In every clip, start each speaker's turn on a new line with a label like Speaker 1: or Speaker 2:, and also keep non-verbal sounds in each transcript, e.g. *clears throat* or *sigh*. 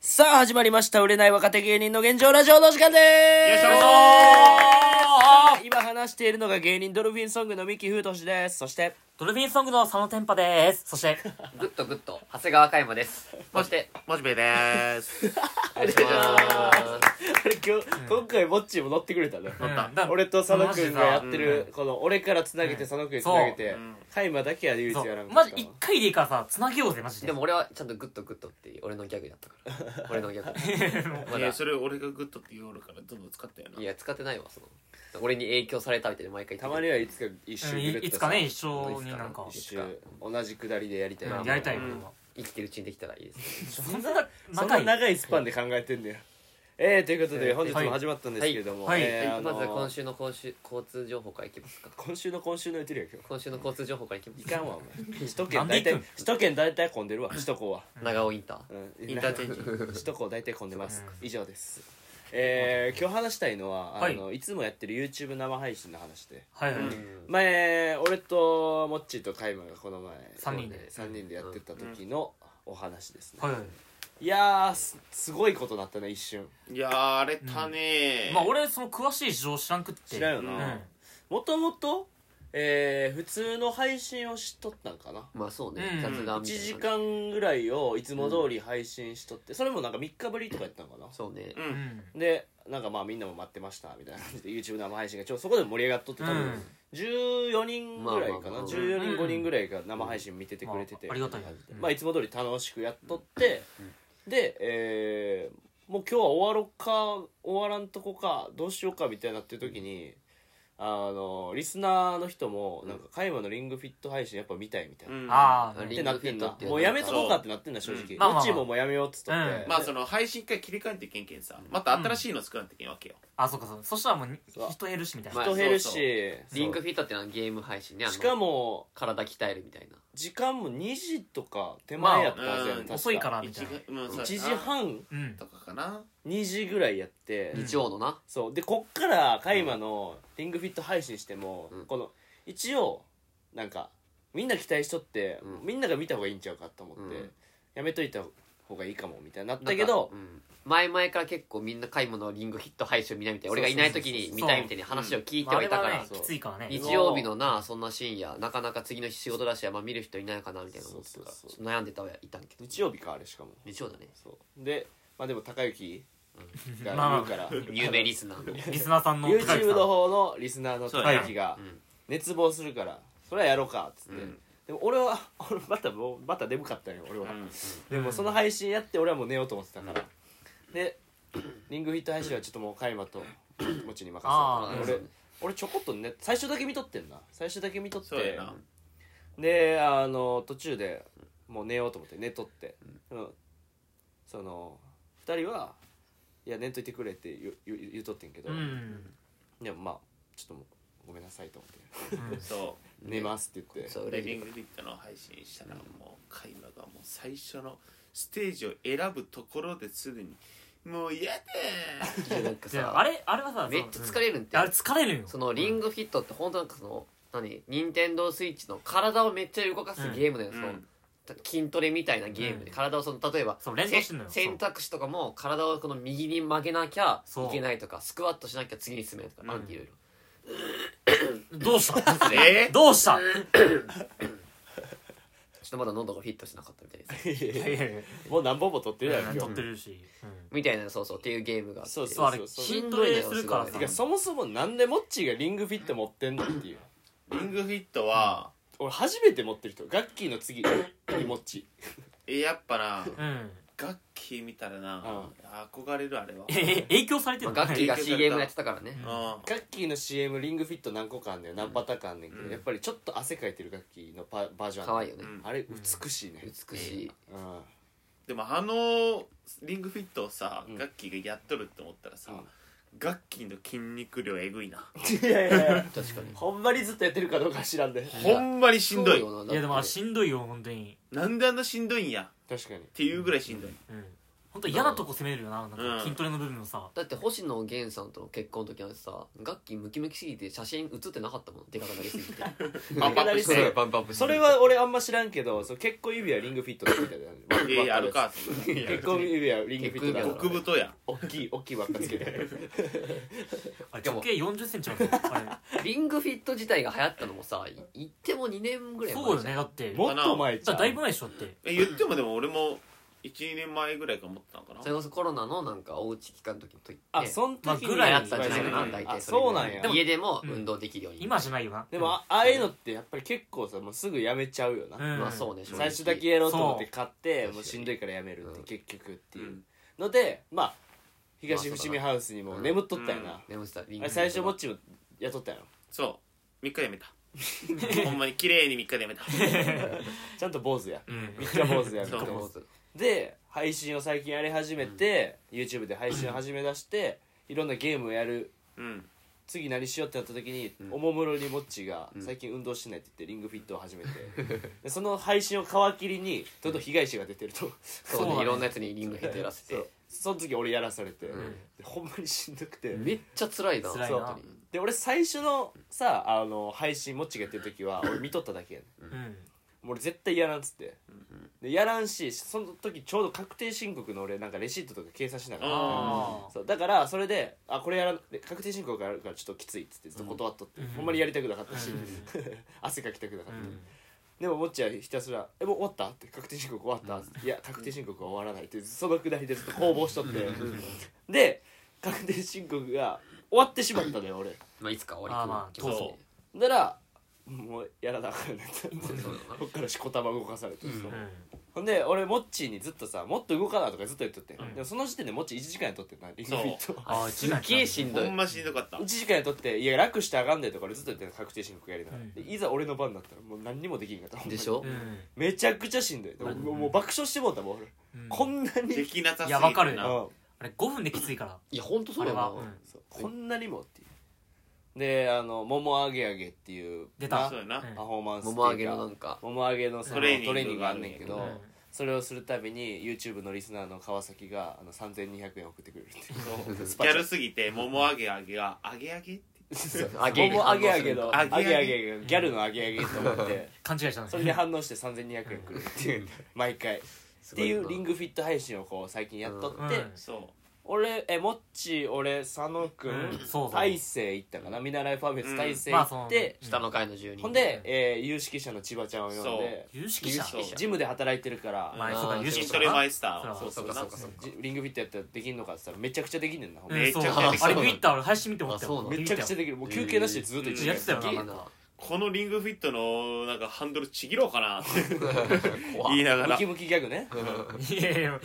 Speaker 1: さあ、始まりました。売れない若手芸人の現状ラジオの時間で
Speaker 2: よい
Speaker 1: ー
Speaker 2: し
Speaker 1: す
Speaker 2: ょ
Speaker 1: 今話しているのが芸人ドルフィンソングの三木風俊です。そして、 *laughs*
Speaker 3: ドルフィンソングの佐野天パです。そして、
Speaker 4: グッドグッド長谷川嘉山ですそして
Speaker 2: モジベーす。 *laughs*
Speaker 4: お願いしま
Speaker 1: あれ今日、今回ぼっちも乗ってくれたね。
Speaker 3: うんだ
Speaker 1: 俺と佐野くんがやってる、この、俺から繋げて佐野くんに繋げて
Speaker 2: ん、
Speaker 1: カイマだけは唯一
Speaker 3: そう
Speaker 1: やらんか
Speaker 3: マ
Speaker 1: っ
Speaker 3: ジ
Speaker 1: た
Speaker 3: 一
Speaker 1: わ。
Speaker 3: 回でいいからさ、繋げようぜ、マジ
Speaker 4: す
Speaker 3: で。
Speaker 4: でも俺はちゃんとグッドグッドって俺のギャグだったから俺
Speaker 1: *laughs*
Speaker 4: のギャグま
Speaker 2: いや
Speaker 4: だ。
Speaker 2: それ俺がグッドって言おるからどんどん使ったよない
Speaker 4: や使ってないわその俺に影響されたみたいで毎回
Speaker 1: たまにはいつか一
Speaker 3: う
Speaker 1: 周
Speaker 3: ん
Speaker 1: ぐ
Speaker 3: い
Speaker 1: るっと
Speaker 3: いつかね、一
Speaker 1: さ
Speaker 3: 緒になんか
Speaker 1: 一、周、同じくだりでやりたいな
Speaker 3: うんやりたいよ、
Speaker 2: うん
Speaker 4: 生きてるうちにできたらいいです
Speaker 3: そんな
Speaker 1: そん
Speaker 3: 仲
Speaker 1: ない
Speaker 3: い。
Speaker 1: 長いスパンで考えてんだよ。えー、ということで、本日
Speaker 3: はい
Speaker 1: も始まったんですけれども、
Speaker 3: はいはい
Speaker 1: えーあの
Speaker 4: まずは今週の交通交通情報からいきますか
Speaker 1: 今週の今週の言ってるやん今
Speaker 4: 今週の交通情報からいきま
Speaker 1: 日い
Speaker 4: す
Speaker 1: か
Speaker 4: か
Speaker 1: んわお前首都
Speaker 3: な
Speaker 1: 圏
Speaker 3: んで
Speaker 1: 大
Speaker 3: 行く
Speaker 1: 体
Speaker 3: ん
Speaker 1: 首都圏大体混んでるわ首都高は、
Speaker 4: 長尾インター
Speaker 1: うん、
Speaker 2: インターチェンジ
Speaker 1: 首都高大体混んでます以上ですえー、今日話したいのはあの、い、つもやってる YouTube 生配信の話で
Speaker 3: はいは
Speaker 2: う
Speaker 3: い。
Speaker 2: ん
Speaker 1: 前俺とモッチーとカイマがこの前
Speaker 3: 三人で
Speaker 1: 3人でやってた時のお話ですね、
Speaker 3: はいはい
Speaker 1: やーすすごいことになったね一瞬
Speaker 2: いやー荒れたね
Speaker 3: い。
Speaker 2: ー。
Speaker 3: まあ俺、その詳しい事情知らんくって。
Speaker 1: 知らんよ
Speaker 3: う
Speaker 1: な、
Speaker 3: ん。
Speaker 1: もともとえー、普通の配信をしとったんかな
Speaker 4: まあそうね
Speaker 3: うん
Speaker 4: 雑談みたい
Speaker 1: 1時
Speaker 4: な感
Speaker 1: 間ぐらいをいつも通り配信しとって、それもなんか3日ぶりとかやったのかな
Speaker 4: じそうね
Speaker 2: うん
Speaker 3: うん。
Speaker 1: でなんかまあみんなも待ってましたみたいな感じで YouTube 生配信がちょうどそこでも盛り上がっとって多
Speaker 3: う
Speaker 1: 分
Speaker 3: ん
Speaker 1: 14人ぐらいかな、
Speaker 4: まあまあまあ
Speaker 1: 14人
Speaker 3: うん
Speaker 1: 5人ぐらいが生配信見ててくれてて、
Speaker 3: まあありがたいようん
Speaker 1: まあいつも通り楽しくやっとって、で、えーもう今日は終わろうか終わらんとこかどうしようかみたいになってる時にあのリスナーの人もなんか「カイマのリングフィット配信やっぱ見たい」みたいな。
Speaker 2: うん
Speaker 3: ああ、
Speaker 1: っ
Speaker 4: リ
Speaker 1: て
Speaker 4: ン
Speaker 1: な
Speaker 4: グ
Speaker 1: っ
Speaker 4: フ
Speaker 1: て
Speaker 4: ィ
Speaker 1: ん
Speaker 4: ット
Speaker 1: な
Speaker 4: って
Speaker 1: もうやめとこうか
Speaker 4: や
Speaker 1: ってなってんな正直
Speaker 3: んまあまあま
Speaker 1: う
Speaker 3: あ
Speaker 1: ちももうやめようっつっとって
Speaker 3: うん
Speaker 2: まあその配信一回切り替えてけんけんさまた新しいの作らんといけんわけよ
Speaker 3: あ、そうかそう。そしたらもうに
Speaker 1: そう
Speaker 3: 人減るしみたい
Speaker 4: ま
Speaker 3: な
Speaker 4: あ。
Speaker 1: 人減る
Speaker 2: そう
Speaker 1: し
Speaker 4: つリングフィットってのはゲーム配信ねあの
Speaker 1: しかも
Speaker 4: 体鍛えるみたいな
Speaker 1: 時間も2時とか手前やったはずや
Speaker 2: まあ
Speaker 1: ね
Speaker 2: うん
Speaker 3: 遅いからみ
Speaker 2: 一
Speaker 3: たい
Speaker 2: 時
Speaker 3: な。
Speaker 2: うんそう
Speaker 1: 1
Speaker 2: やな
Speaker 1: 時半
Speaker 3: うん。
Speaker 2: とかかな
Speaker 1: 2時ぐらいやって、
Speaker 3: うん
Speaker 4: 日曜のな
Speaker 1: そうでこっからカイマのリングフィット配信しても、
Speaker 4: うん
Speaker 1: この一応なんかみんな期待しとって、
Speaker 4: うん
Speaker 1: みんなが見た方がいいんちゃうかと思って、
Speaker 4: うん
Speaker 1: やめといた方がいいかもみたいになったけど、
Speaker 4: なんかうん前々から結構みんな買い物のリングヒット配信見ないみたいな俺がいない時に見たいみたいな話を聞いて
Speaker 3: まああ
Speaker 4: は
Speaker 3: れ
Speaker 4: いたか
Speaker 3: は
Speaker 4: ら
Speaker 3: ね、きついからね。
Speaker 4: 日曜日のなそんな深夜なかなか次の日仕事だし、まあ、見る人いないかなみたいな思ってたから
Speaker 1: そうそう
Speaker 4: 悩んでたはいたんけど
Speaker 1: 日曜日かあれしかも
Speaker 4: 日曜だね
Speaker 1: そうでまあでも高之が
Speaker 3: まあま
Speaker 1: 言
Speaker 3: あ
Speaker 1: うから、 *laughs*
Speaker 4: 有名リスナーの
Speaker 3: リスナーさんの高木さん。
Speaker 1: YouTube の方のリスナーの高之が
Speaker 4: うん
Speaker 1: 熱望するからそれはやろうかっつって、
Speaker 2: うん
Speaker 1: でも俺は *laughs* 俺またもうまた眠かったんよ俺は、で
Speaker 3: う
Speaker 1: も
Speaker 3: ん
Speaker 1: その配信やって俺はもう寝ようと思ってたから、で *coughs* リングフィット配信はちょっともうカイマともちに任せ
Speaker 3: あ
Speaker 4: ー
Speaker 1: た俺俺ちょこっとね最初だけ見とってんな最初だけ見とっ
Speaker 2: そうや
Speaker 1: て
Speaker 2: な
Speaker 1: であの途中でもう寝ようと思って寝とって、うんその2人は「いや寝んといてくれ」って言う言う言うとってんけど、
Speaker 3: うん。
Speaker 1: でもまあちょっともうごめんなさいと思って *laughs*
Speaker 3: うん
Speaker 2: そ
Speaker 1: 「寝ます」って言って
Speaker 4: そう
Speaker 2: う
Speaker 4: 俺
Speaker 2: でリングフィットの配信したらもうカイマがもう最初のステージを選ぶところですでにもう嫌だー
Speaker 4: なんか
Speaker 3: じゃあ、あ
Speaker 4: さ
Speaker 3: れ、あれはさ、
Speaker 4: めっちゃ疲れるん
Speaker 3: うん
Speaker 4: て
Speaker 3: あれ疲れるよ。
Speaker 4: そのリングフィットって本当なんかその何任天堂スイッチの体をめっちゃ動かすゲームだよ、
Speaker 2: うん
Speaker 4: その
Speaker 2: うん
Speaker 4: 筋トレみたいなゲームで、
Speaker 3: うん
Speaker 4: 体をその例えば
Speaker 3: そう連動してんのよ
Speaker 4: せ選択肢とかも体をこの右に曲げなきゃ
Speaker 3: そう
Speaker 4: いけないとかスクワットしなきゃ次に進めないとか、
Speaker 2: うん
Speaker 4: あるんていろいろ
Speaker 3: どうした
Speaker 4: *laughs*
Speaker 2: え
Speaker 3: どうした
Speaker 4: ちょっとまだ喉がフィットしなかったみたいです
Speaker 3: いやいやいや
Speaker 1: もう何本も撮ってるやん
Speaker 3: 撮
Speaker 1: 今
Speaker 3: っ
Speaker 1: 日
Speaker 3: てるし、うん
Speaker 4: みたいなそうそうっていうゲームがあって
Speaker 1: そう
Speaker 3: そうあれ
Speaker 1: そう
Speaker 3: 筋トレするから
Speaker 4: しんど
Speaker 3: さ
Speaker 4: い
Speaker 1: てかそもそもなんでモッチーがリングフィット持ってんのっていう
Speaker 2: リングフィットは
Speaker 1: 俺初めて持ってる人ガッキーの次にモッチ
Speaker 2: えやっぱ *laughs* な
Speaker 3: うん、
Speaker 2: 楽器見たらな憧れるあれは
Speaker 3: え影響されて
Speaker 4: ま
Speaker 3: る
Speaker 4: あ、
Speaker 3: の
Speaker 4: ガッキーが
Speaker 2: 影響された
Speaker 4: CM やってたからね
Speaker 2: うん
Speaker 1: ーガッキーの CM リングフィット何個かあんねん何パターンかあんねんけど、
Speaker 2: うん
Speaker 1: やっぱりちょっと汗かいてるガッキーのパバージョン
Speaker 4: 可愛いよ
Speaker 1: ね
Speaker 4: ね、
Speaker 2: うん
Speaker 1: あれ美しいね、
Speaker 4: 美しい、
Speaker 1: うん
Speaker 2: でもあのリングフィットをさ、
Speaker 1: うん
Speaker 2: ガッキーがやっとるって思ったらさ、
Speaker 1: うん
Speaker 2: ガッキーの筋肉量えぐいな
Speaker 1: いやいやいや
Speaker 4: 確かに
Speaker 1: ほんまにずっとやってるかどうか知らんで
Speaker 2: ほんまにしんどい
Speaker 4: そうよない
Speaker 3: やでもあれ
Speaker 4: だって
Speaker 3: しんどいよ本当に
Speaker 2: なんであんなしんどいんや
Speaker 1: 確かに
Speaker 2: っていうぐらいしんどい、
Speaker 3: うん本当嫌なとこ攻めるよななん
Speaker 2: うん
Speaker 3: か筋トレの部分のさ
Speaker 4: だって星野源さんとの結婚の時なんてさ楽器ムキムキすぎて写真写ってなかったもんでかくなりすぎて
Speaker 2: バンバンアップして
Speaker 4: そうバンバンアップして
Speaker 1: それは俺あんま知らんけどその結婚指輪リングフィットだみたいな
Speaker 2: いやいやあるか
Speaker 1: 結婚指輪リングフィットだ
Speaker 4: 結婚
Speaker 2: 極太や
Speaker 1: 大きい大きい輪っかつけてる
Speaker 3: あれ
Speaker 4: でも
Speaker 3: 直径4 0ンチなんですよあ
Speaker 4: リングフィット自体が流行ったのもさい言っても2年ぐ
Speaker 3: れ
Speaker 4: ら *laughs* い
Speaker 3: そうよ
Speaker 4: 前じゃ
Speaker 3: ね
Speaker 4: ん
Speaker 3: だって
Speaker 1: もっと前じゃん
Speaker 3: だいぶ前でしょだって
Speaker 2: え言ってもでも俺も12年前ぐらいから持ってたのかな
Speaker 4: それこそコロナのなんかおうち期間の時といって
Speaker 1: あそん時に
Speaker 3: まあぐらい
Speaker 4: や
Speaker 3: だ
Speaker 4: ったじゃないか
Speaker 2: う
Speaker 4: なん大
Speaker 1: あ
Speaker 4: 体れぐ
Speaker 1: そう
Speaker 4: ら
Speaker 1: ないんや
Speaker 3: でも
Speaker 4: 家でも
Speaker 3: うん
Speaker 4: 運動できるように
Speaker 3: 今はしないよな
Speaker 1: でもあああいうのってやっぱり結構さもうすぐやめちゃうよな、
Speaker 3: うん
Speaker 4: まあそうね正直
Speaker 1: 最初だけやろうと思って
Speaker 3: そ
Speaker 1: 買って
Speaker 4: そう
Speaker 1: もうしんどいからやめるって
Speaker 4: うん
Speaker 1: 結局っていううんのでまあ東伏見ハウスにも眠っとったよな、
Speaker 4: 眠ってたリン
Speaker 1: あれ
Speaker 4: グフィッ
Speaker 1: 最
Speaker 4: ト
Speaker 1: 初ぼっちも雇ったよ
Speaker 2: そう3日やめたほんまに綺麗に3日でやめた
Speaker 1: ちゃんと坊主や
Speaker 3: うん
Speaker 1: 三日坊主やみたいな
Speaker 2: そう
Speaker 4: 坊主
Speaker 1: で配信を最近やり始めて、YouTube で配信を始めだして、いろんなゲームをやる
Speaker 2: うん
Speaker 1: 次何しようってなった時に、
Speaker 4: うん
Speaker 1: おもむろにぼっちが
Speaker 4: うん
Speaker 1: 最近運動してないって言ってリングフィットを始めて、でその配信を皮切りにちょっと被害者が出てると
Speaker 4: そう
Speaker 3: そうだ
Speaker 4: ね
Speaker 3: ね
Speaker 4: いろんなやつにリングフィットやらせ
Speaker 1: そう
Speaker 4: て
Speaker 1: *laughs* その時俺やらされて、
Speaker 4: うん
Speaker 1: でほんまにしんどくて、
Speaker 4: めっちゃ辛いな
Speaker 3: 辛いな
Speaker 4: 本当に
Speaker 1: で俺最初のさあの配信もっちがやってる時は俺見とっただけやね
Speaker 3: うん
Speaker 1: んもう俺絶対やらんっつって、
Speaker 2: ん
Speaker 1: でやらんしその時ちょうど確定申告の俺なんかレシートとか計算しながら
Speaker 3: あ
Speaker 1: そうだからそれであこれやらん確定申告があるからちょっときついっつってずっと断っとって、
Speaker 3: うん
Speaker 1: ほんまにやりたくなかったし、
Speaker 3: うん
Speaker 1: 汗かきたくなかっ
Speaker 3: う
Speaker 1: た、
Speaker 3: ん
Speaker 1: でももっちはひたすら「えもう終わった?」って「確定申告終わった?」って「いや確定申告は終わらない」ってそのくだりでずっと攻防しとってで確定申告が終わってしまったのよ俺
Speaker 4: まあいつか終
Speaker 3: あ
Speaker 4: わ
Speaker 3: ー
Speaker 4: り
Speaker 3: まあ
Speaker 4: 来ますね
Speaker 1: だからもうやらなあかんなった
Speaker 4: そうそうだな
Speaker 1: こっからしこたま動かされて、
Speaker 4: うん
Speaker 1: そう
Speaker 3: うん
Speaker 1: ほんで俺モッチーにずっとさ「もっと動かな」とかずっと言っとって、
Speaker 3: うん
Speaker 1: でもその時点でモッチー1時間やっとってんなリング
Speaker 2: そう
Speaker 1: フィ *laughs* ット
Speaker 3: ああ
Speaker 4: すっげえしんど
Speaker 2: ほ
Speaker 4: い
Speaker 2: んましんどかった
Speaker 1: 1時間やっとって「いや楽してあかんで」とか俺ずっと言ってんの確定申告やりながら、
Speaker 3: うん
Speaker 1: でいざ俺の番になったらもう何にもできんかったほんまに
Speaker 4: でしょ
Speaker 3: うん
Speaker 1: めちゃくちゃしんどいでももうもう爆笑してもうたもん俺、
Speaker 3: うん
Speaker 1: こんなに、
Speaker 2: できなさすぎ
Speaker 3: いやわかる
Speaker 2: な
Speaker 1: うん
Speaker 3: あれ5分できついから
Speaker 4: いや本当そ
Speaker 3: あ
Speaker 4: う
Speaker 3: れ
Speaker 4: や
Speaker 3: は
Speaker 4: な
Speaker 3: うん
Speaker 1: そうこんなにもっていうであの「ももあげあげ」っていう
Speaker 3: 出た
Speaker 2: そうやな
Speaker 1: パフォーマンスっていうか
Speaker 4: もも上げのなんか
Speaker 1: もも上げのそのト
Speaker 2: トレ
Speaker 1: レ
Speaker 2: ーニング
Speaker 1: ーニングがあんねんけど、
Speaker 2: があるんや
Speaker 3: けど
Speaker 1: それをするたびに YouTube のリスナーの川崎があの3200円送ってくれるっていう
Speaker 2: そう
Speaker 1: ス
Speaker 2: ギ
Speaker 1: パチ
Speaker 2: ャ
Speaker 1: ャ
Speaker 2: ルすぎて桃揚げ揚げが揚げ揚げって
Speaker 1: そう
Speaker 4: 上げに
Speaker 1: もも上げ上げ
Speaker 4: 反
Speaker 1: の
Speaker 4: 応
Speaker 2: するんだ
Speaker 1: 上げ上げギャルの上げ上げと思って
Speaker 3: 勘違いしたんです
Speaker 1: それで反応して3200円くるっていう毎回っ
Speaker 4: すご
Speaker 1: て
Speaker 4: い
Speaker 1: い
Speaker 4: よ
Speaker 1: う
Speaker 4: な
Speaker 1: リングフィット配信をこう最近やっとって、
Speaker 3: うんうん
Speaker 2: そ
Speaker 1: 俺えもっち俺佐野く
Speaker 3: うん
Speaker 1: ん
Speaker 3: そうそう
Speaker 1: 大勢行ったかな見習いファーベ
Speaker 2: う
Speaker 1: ス
Speaker 2: ん
Speaker 1: 大勢
Speaker 3: ま
Speaker 1: 行
Speaker 3: あその
Speaker 1: って、
Speaker 4: 下の階の住人
Speaker 1: ほんで、えー有識者の千葉ちゃんを呼ん
Speaker 2: そう
Speaker 1: で
Speaker 3: 有識者
Speaker 2: 有識者
Speaker 1: ジムで働いてるから、
Speaker 2: う
Speaker 3: まあ
Speaker 4: あー
Speaker 3: そうか有
Speaker 2: 筋
Speaker 3: 識
Speaker 2: ト
Speaker 3: 者
Speaker 2: レ
Speaker 3: か
Speaker 2: マ
Speaker 3: な
Speaker 2: イスター
Speaker 3: そう
Speaker 4: そうかそうかそうか
Speaker 1: じリングフィットやったらできんのかって言ったらめちゃくちゃできんねんな、ほんま
Speaker 3: うん
Speaker 2: め
Speaker 3: そ
Speaker 2: ち
Speaker 3: う
Speaker 2: ゃくちゃできた
Speaker 3: あれビビった俺配信見て思った
Speaker 4: あそう
Speaker 3: よ
Speaker 4: なの
Speaker 1: めちゃくちゃできるもう休憩なしでずっと一時
Speaker 2: うん
Speaker 3: や
Speaker 1: 間
Speaker 3: ってたよ
Speaker 4: すげえ
Speaker 3: な
Speaker 4: な
Speaker 2: このリングフィットのなんかハンドルちぎろうかなって
Speaker 4: 怖
Speaker 2: 言い
Speaker 4: い
Speaker 2: なが
Speaker 1: ム
Speaker 2: ら
Speaker 1: キムキギャグね
Speaker 3: いやいや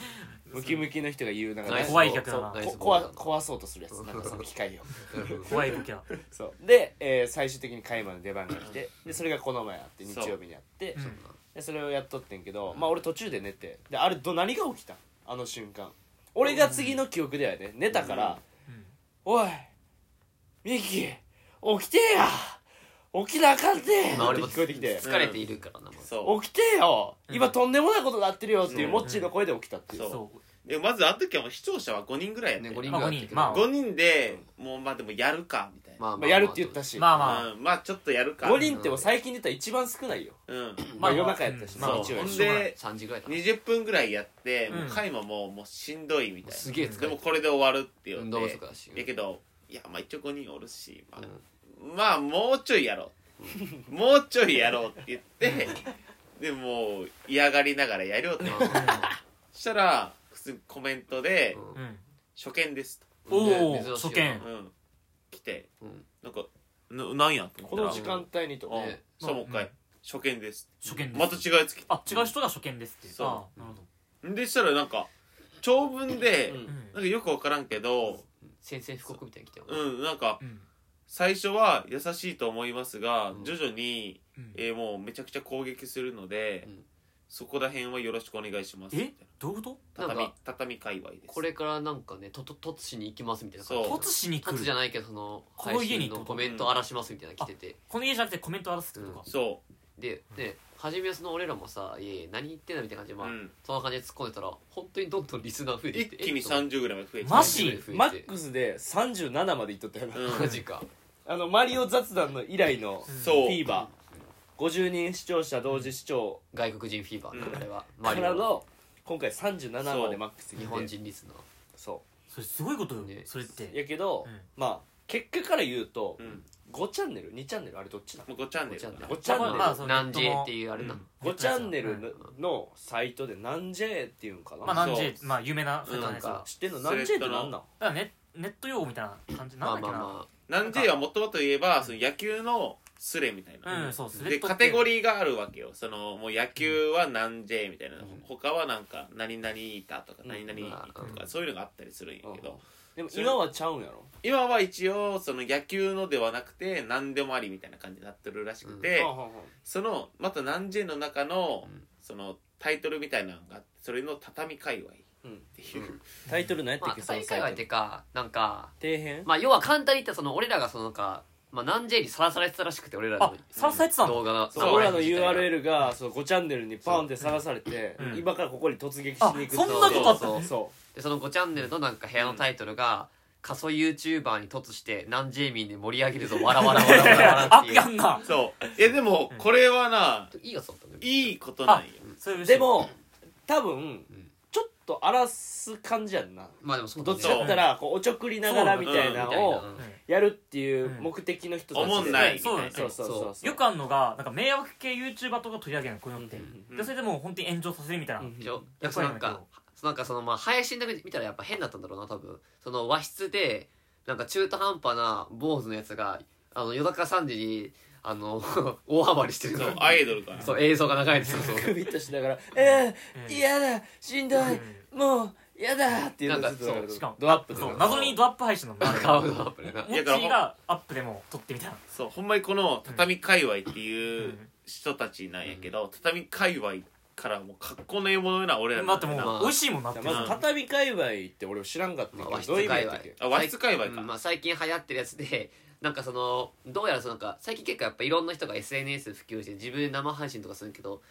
Speaker 1: ムキムキの人が言うなんか
Speaker 4: ナイス
Speaker 3: 怖い客だな
Speaker 4: そうナイ
Speaker 1: こ
Speaker 4: スボー
Speaker 1: 壊
Speaker 4: ルだな
Speaker 1: 壊そうとするやつなんかその機
Speaker 3: *laughs*
Speaker 1: 械を
Speaker 3: 怖い時は
Speaker 1: そうで、えー最終的に開幕の出番が来てでそれがこの前あって日
Speaker 2: そう
Speaker 1: 曜日にあって
Speaker 3: うん
Speaker 1: でそれをやっとってんけどまあ俺途中で寝てであれど何が起きたあの瞬間俺が次の記憶ではね寝たから、
Speaker 3: うん
Speaker 1: おいミキ起きてや起きなあかんて
Speaker 4: まあ俺
Speaker 1: って
Speaker 4: も
Speaker 1: 聞こえてきて
Speaker 4: 疲れているからなまず
Speaker 2: そ
Speaker 1: 起きてよ
Speaker 3: うん
Speaker 1: 今とんでもないことになってるよっていう
Speaker 2: うん
Speaker 1: モッチーの声で起きたっていう
Speaker 2: そう
Speaker 3: そう
Speaker 2: うでまずあの時はもう視聴者は5人ぐらいやって
Speaker 4: ね五人
Speaker 3: まあ
Speaker 4: ぐらい
Speaker 3: 五
Speaker 4: やって
Speaker 3: 人
Speaker 4: る
Speaker 3: まあ
Speaker 2: 5人でもうまあでもやるかみたいな
Speaker 4: まあ
Speaker 1: まあ、やるって言った
Speaker 4: し
Speaker 1: し、
Speaker 3: まあ
Speaker 2: ま
Speaker 3: ま
Speaker 2: あ、まあちょっとやるか
Speaker 1: 5人っても最近出たら一番少ないよ、
Speaker 2: うん
Speaker 1: まあ、
Speaker 3: まあ
Speaker 1: 夜中やったし、
Speaker 3: うん
Speaker 1: ま
Speaker 3: ま
Speaker 1: あ、
Speaker 2: そ
Speaker 3: あ
Speaker 1: 日
Speaker 2: う
Speaker 1: 曜や
Speaker 2: ほん
Speaker 1: し
Speaker 2: で
Speaker 4: 3時ぐらいだな
Speaker 2: 20分ぐらいやってもう
Speaker 3: うん
Speaker 2: 回ももうもうしんどいみたい
Speaker 4: すげえ
Speaker 2: な
Speaker 4: 疲
Speaker 2: で
Speaker 4: れ
Speaker 2: も
Speaker 4: て
Speaker 2: これで終わるって
Speaker 4: る
Speaker 2: 言
Speaker 4: 運
Speaker 2: っ
Speaker 4: 動不
Speaker 2: て
Speaker 4: 足だし
Speaker 2: やけどいやまあ一応5人おるしまあ
Speaker 4: うん
Speaker 2: まあもうちょいやろうもうちょいやろうって言ってでもう嫌がりながらやるよってそしたら普通にコメントで
Speaker 4: うん
Speaker 3: うん
Speaker 2: 「初見です
Speaker 3: おお
Speaker 4: 珍しい
Speaker 3: 初
Speaker 4: よ
Speaker 3: 見」
Speaker 2: と、うん、来て
Speaker 4: うん
Speaker 2: なんか「ななんや?」って
Speaker 1: こ
Speaker 2: 思
Speaker 1: の
Speaker 2: っ
Speaker 1: 時
Speaker 2: たら
Speaker 1: 間帯にと
Speaker 2: うん
Speaker 4: ね
Speaker 2: そうもう一
Speaker 3: う
Speaker 2: 回
Speaker 3: ん
Speaker 2: 「初見です
Speaker 3: 初見」です
Speaker 2: また違うやつ来
Speaker 3: あ違う人が初見ですっていう
Speaker 2: そう
Speaker 3: ああなるほど
Speaker 2: てでしたらなんか長文で
Speaker 1: うん
Speaker 2: なんかよく分からんけど
Speaker 4: 宣戦布告みたいに来てよ
Speaker 2: うんなんか
Speaker 3: うん
Speaker 2: 最初は優しいと思いますが
Speaker 4: うん
Speaker 2: 徐々に
Speaker 3: うん
Speaker 2: えーもうめちゃくちゃ攻撃するので
Speaker 4: うん
Speaker 2: そこら辺はよろしくお願いしますみたい
Speaker 3: え
Speaker 2: な
Speaker 3: どういうこ
Speaker 4: なん
Speaker 2: 畳
Speaker 4: か
Speaker 2: 畳界隈です
Speaker 4: これからなんかねとと突しに行きますみたいな感じ
Speaker 2: そ
Speaker 3: と
Speaker 2: う
Speaker 3: 突しに来
Speaker 4: 突じゃ
Speaker 3: る
Speaker 4: ないけどその
Speaker 3: この
Speaker 4: 配
Speaker 3: 家にって
Speaker 4: 信
Speaker 3: こと
Speaker 4: のコメント荒らしますみたいなの来てて
Speaker 3: この家じゃなくてコメント荒らすってことか
Speaker 2: そ
Speaker 4: でで初めはその俺らもさ「いやいや何言ってんだ」みたいな感じで、まあ
Speaker 2: うん
Speaker 4: そんな感じで突っ込んでたら本当にどんどんリスナー増えていっ
Speaker 2: 一
Speaker 4: て
Speaker 2: 気に
Speaker 4: えっと思って
Speaker 2: 30ぐらいまで増えて
Speaker 3: マジ
Speaker 4: 増えて
Speaker 1: マックスで37までいっとったよな、
Speaker 2: うん
Speaker 4: マジか
Speaker 1: あのマリオ雑談の以来の
Speaker 3: うん
Speaker 1: フ
Speaker 2: そう
Speaker 1: ィーバー50人視聴者同時視聴
Speaker 4: 外国人フィーバー
Speaker 2: うん
Speaker 4: だあれは
Speaker 1: か
Speaker 4: マリ
Speaker 1: ら
Speaker 4: オの
Speaker 1: の今回37までマックスに
Speaker 4: 日本人リスナー
Speaker 1: そ
Speaker 3: それすごいことよ
Speaker 4: ね
Speaker 3: それっ
Speaker 1: う
Speaker 3: て
Speaker 1: やけど、
Speaker 3: うん
Speaker 1: まあ結果から言うと、
Speaker 2: うん
Speaker 1: 5チャンネル2チャンネルあれどっちなの
Speaker 2: もう5チャンネ
Speaker 4: 5
Speaker 2: ル
Speaker 4: チャンネル
Speaker 1: ごちゃんねる
Speaker 3: まあまあその
Speaker 4: 何 J っていうあれな
Speaker 3: うん
Speaker 1: 5チャンネル
Speaker 3: うん
Speaker 1: のサイトで「なんじえ」っていうんかな、
Speaker 3: まあ何 J
Speaker 2: そう
Speaker 3: まあ有名なそれ
Speaker 2: うん
Speaker 3: じゃない
Speaker 4: なん
Speaker 3: ですか
Speaker 4: か
Speaker 1: 知ってんのなんじえってなん
Speaker 2: スレッド
Speaker 1: なん
Speaker 3: だからネネット用語みたいな感じ
Speaker 4: ま
Speaker 3: な
Speaker 4: あ
Speaker 3: んだ
Speaker 4: ま
Speaker 3: っけ
Speaker 4: あ
Speaker 3: な
Speaker 4: ま
Speaker 2: なんじはもともといえばその野球のスレみたいな、
Speaker 3: うんそうスレ
Speaker 2: で
Speaker 3: ッド
Speaker 2: カテゴ
Speaker 3: リ
Speaker 2: リーがあるわけよそのもう野球は何 J みたいな、
Speaker 4: ん
Speaker 2: 他はなんか何々板とか
Speaker 1: うん
Speaker 2: 何々板と
Speaker 4: ま
Speaker 2: かそういうのがあったりするんやけど、
Speaker 1: うんでも今はちゃうんやろ
Speaker 2: 今は一応その野球のではなくて何でもありみたいな感じになってるらしくて、
Speaker 1: うんうんうん
Speaker 2: そのまた何 J の中の、
Speaker 4: うん
Speaker 2: そのタイトルみたいなのがあってそれの畳界隈っ
Speaker 1: うん
Speaker 2: ていう、
Speaker 4: うん
Speaker 1: タイトル何やった
Speaker 4: あ
Speaker 1: っけ、
Speaker 4: まあ、最下位は
Speaker 1: 底
Speaker 4: でかなんか
Speaker 1: 辺
Speaker 4: まあ要は簡単に言ったらその俺らがそのなんか、まあ、何 J にさらされてたらしくて俺ら
Speaker 3: あ
Speaker 4: の
Speaker 3: さらされてたの
Speaker 4: 動画が
Speaker 2: そう
Speaker 1: 俺らの
Speaker 4: 名前自体が
Speaker 1: URL がその5チャンネルにパンって探されて、
Speaker 3: うん
Speaker 1: 今からここに突撃しに行く
Speaker 3: あそんなことあった
Speaker 1: そうそ
Speaker 4: でその5チャンネルのなんか部屋のタイトルが「仮想 YouTuber に突して何 J 民で盛り上げるぞわらわらわらわらわら」っ
Speaker 3: あ *laughs*
Speaker 4: ていう
Speaker 3: やんな
Speaker 2: *laughs* そういやでもこれはな、
Speaker 4: いいやつだったね
Speaker 2: いいことなんよ
Speaker 3: そういうう
Speaker 1: でも多分
Speaker 4: ん
Speaker 1: ちょっと荒らす感じやんな
Speaker 4: まあでもそうだ
Speaker 1: ど
Speaker 4: ね
Speaker 1: っちかったらこうおちょくりながらみたいな
Speaker 4: み
Speaker 1: の
Speaker 4: たい
Speaker 1: を
Speaker 4: なうん
Speaker 1: やるっていう目的の人たち
Speaker 2: 思んないみたい
Speaker 3: そう
Speaker 2: な、
Speaker 3: ね
Speaker 1: そうそうそうそう
Speaker 3: よくあるのがなんか迷惑系 YouTuber とか取り上げるのこういう
Speaker 1: う
Speaker 3: のって
Speaker 1: ん
Speaker 2: うん
Speaker 3: でそれでもう本当に炎上させるみたいな
Speaker 1: うん
Speaker 4: やっぱなんかなんかそのまあ配信だけ見たらやっぱ変だったんだろうな多分その和室でなんか中途半端な坊主のやつがあの夜中3時にあの *laughs* 大ハマりしてるの
Speaker 2: そうアイドルかな
Speaker 4: そう映像が流れてたそう *laughs*
Speaker 1: 首としながら「え
Speaker 3: え
Speaker 1: ー、
Speaker 3: え
Speaker 1: 嫌だしんどいもう嫌だ」っていうのがずっと
Speaker 4: なん
Speaker 3: しかも
Speaker 1: ドアップ
Speaker 3: そう
Speaker 1: とか
Speaker 3: 謎にドアップ配信のもある
Speaker 4: 顔のア *laughs* ップでな
Speaker 3: モッチーがアップでも撮ってみたいな
Speaker 2: そうほんまにこの畳界隈っていううん人たちなんやけど、畳界隈からもう格好のえものような俺ら
Speaker 3: だっても
Speaker 2: な
Speaker 4: まあ
Speaker 3: う美味しいもんなって
Speaker 1: ま
Speaker 3: る
Speaker 1: ず畳界隈って俺知らんかったけ
Speaker 4: まあ
Speaker 1: ど
Speaker 4: 和室
Speaker 1: どういう意味
Speaker 4: 界
Speaker 1: やっ
Speaker 4: 隈
Speaker 1: たっけ
Speaker 2: あ和室界隈か、
Speaker 4: うんまあ、最近流行ってるやつで *laughs* なんかそのどうやらそのなんか最近結構やっぱいろんな人が SNS 普及して自分で生配信とかするけど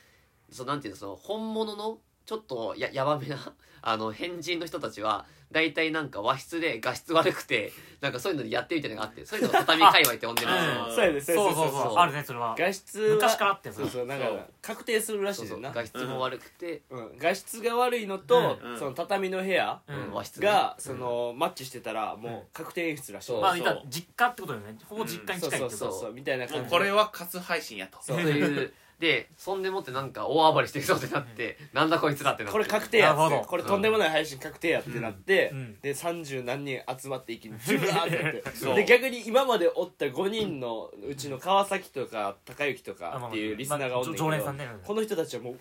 Speaker 4: そうなんていうのその本物のちょっとややばめな *laughs* あの変人の人たちは大体なんか和室で画質悪くてなんかそういうのでやってるみたいなのがあってそういうのを畳界隈って呼んでるんですよ
Speaker 2: あ
Speaker 1: そうやで
Speaker 3: そ
Speaker 1: そうう
Speaker 3: そ
Speaker 1: そうう
Speaker 3: そ
Speaker 1: そうう
Speaker 4: そう
Speaker 3: あるねそれは
Speaker 1: 画質は
Speaker 3: 昔からあって
Speaker 1: そうそうなん
Speaker 2: そう
Speaker 1: か確定するらし
Speaker 4: そ
Speaker 1: いうね
Speaker 4: そ
Speaker 1: ん
Speaker 4: う
Speaker 1: な
Speaker 4: 画質も悪くて、
Speaker 1: うん画質が悪いのと、
Speaker 2: うんうん
Speaker 1: その畳の部屋
Speaker 3: うん
Speaker 4: うん和室ね
Speaker 1: が、そのマッチしてたらもう確定演出らしい、
Speaker 4: そう
Speaker 3: まあいたら実家ってことだよねほぼ実家に
Speaker 1: そう
Speaker 3: 近い
Speaker 1: そ
Speaker 3: っ
Speaker 1: う
Speaker 3: て
Speaker 1: そ
Speaker 3: こ
Speaker 1: うそうみたいな
Speaker 2: もう
Speaker 1: 感じ
Speaker 2: これは活配信やと
Speaker 1: そ
Speaker 4: そうういうでそんでもってなんか大暴れしてる人ってなってなんだこいつだってなって
Speaker 1: これ確定や
Speaker 3: な
Speaker 1: っ
Speaker 3: る
Speaker 1: て
Speaker 3: ほど
Speaker 1: これとんでもない配信確定やってなって、
Speaker 3: うんうん
Speaker 1: で30何人集まって
Speaker 3: *laughs*
Speaker 1: 一気にジュラーってやって
Speaker 2: そう
Speaker 1: で逆に今までおった5人のうちの川崎とか高之と
Speaker 3: あまあま
Speaker 1: か
Speaker 3: あ
Speaker 1: っていうリスナーがおんねんけど、
Speaker 3: まあ常常連さんね
Speaker 1: この人たちはもう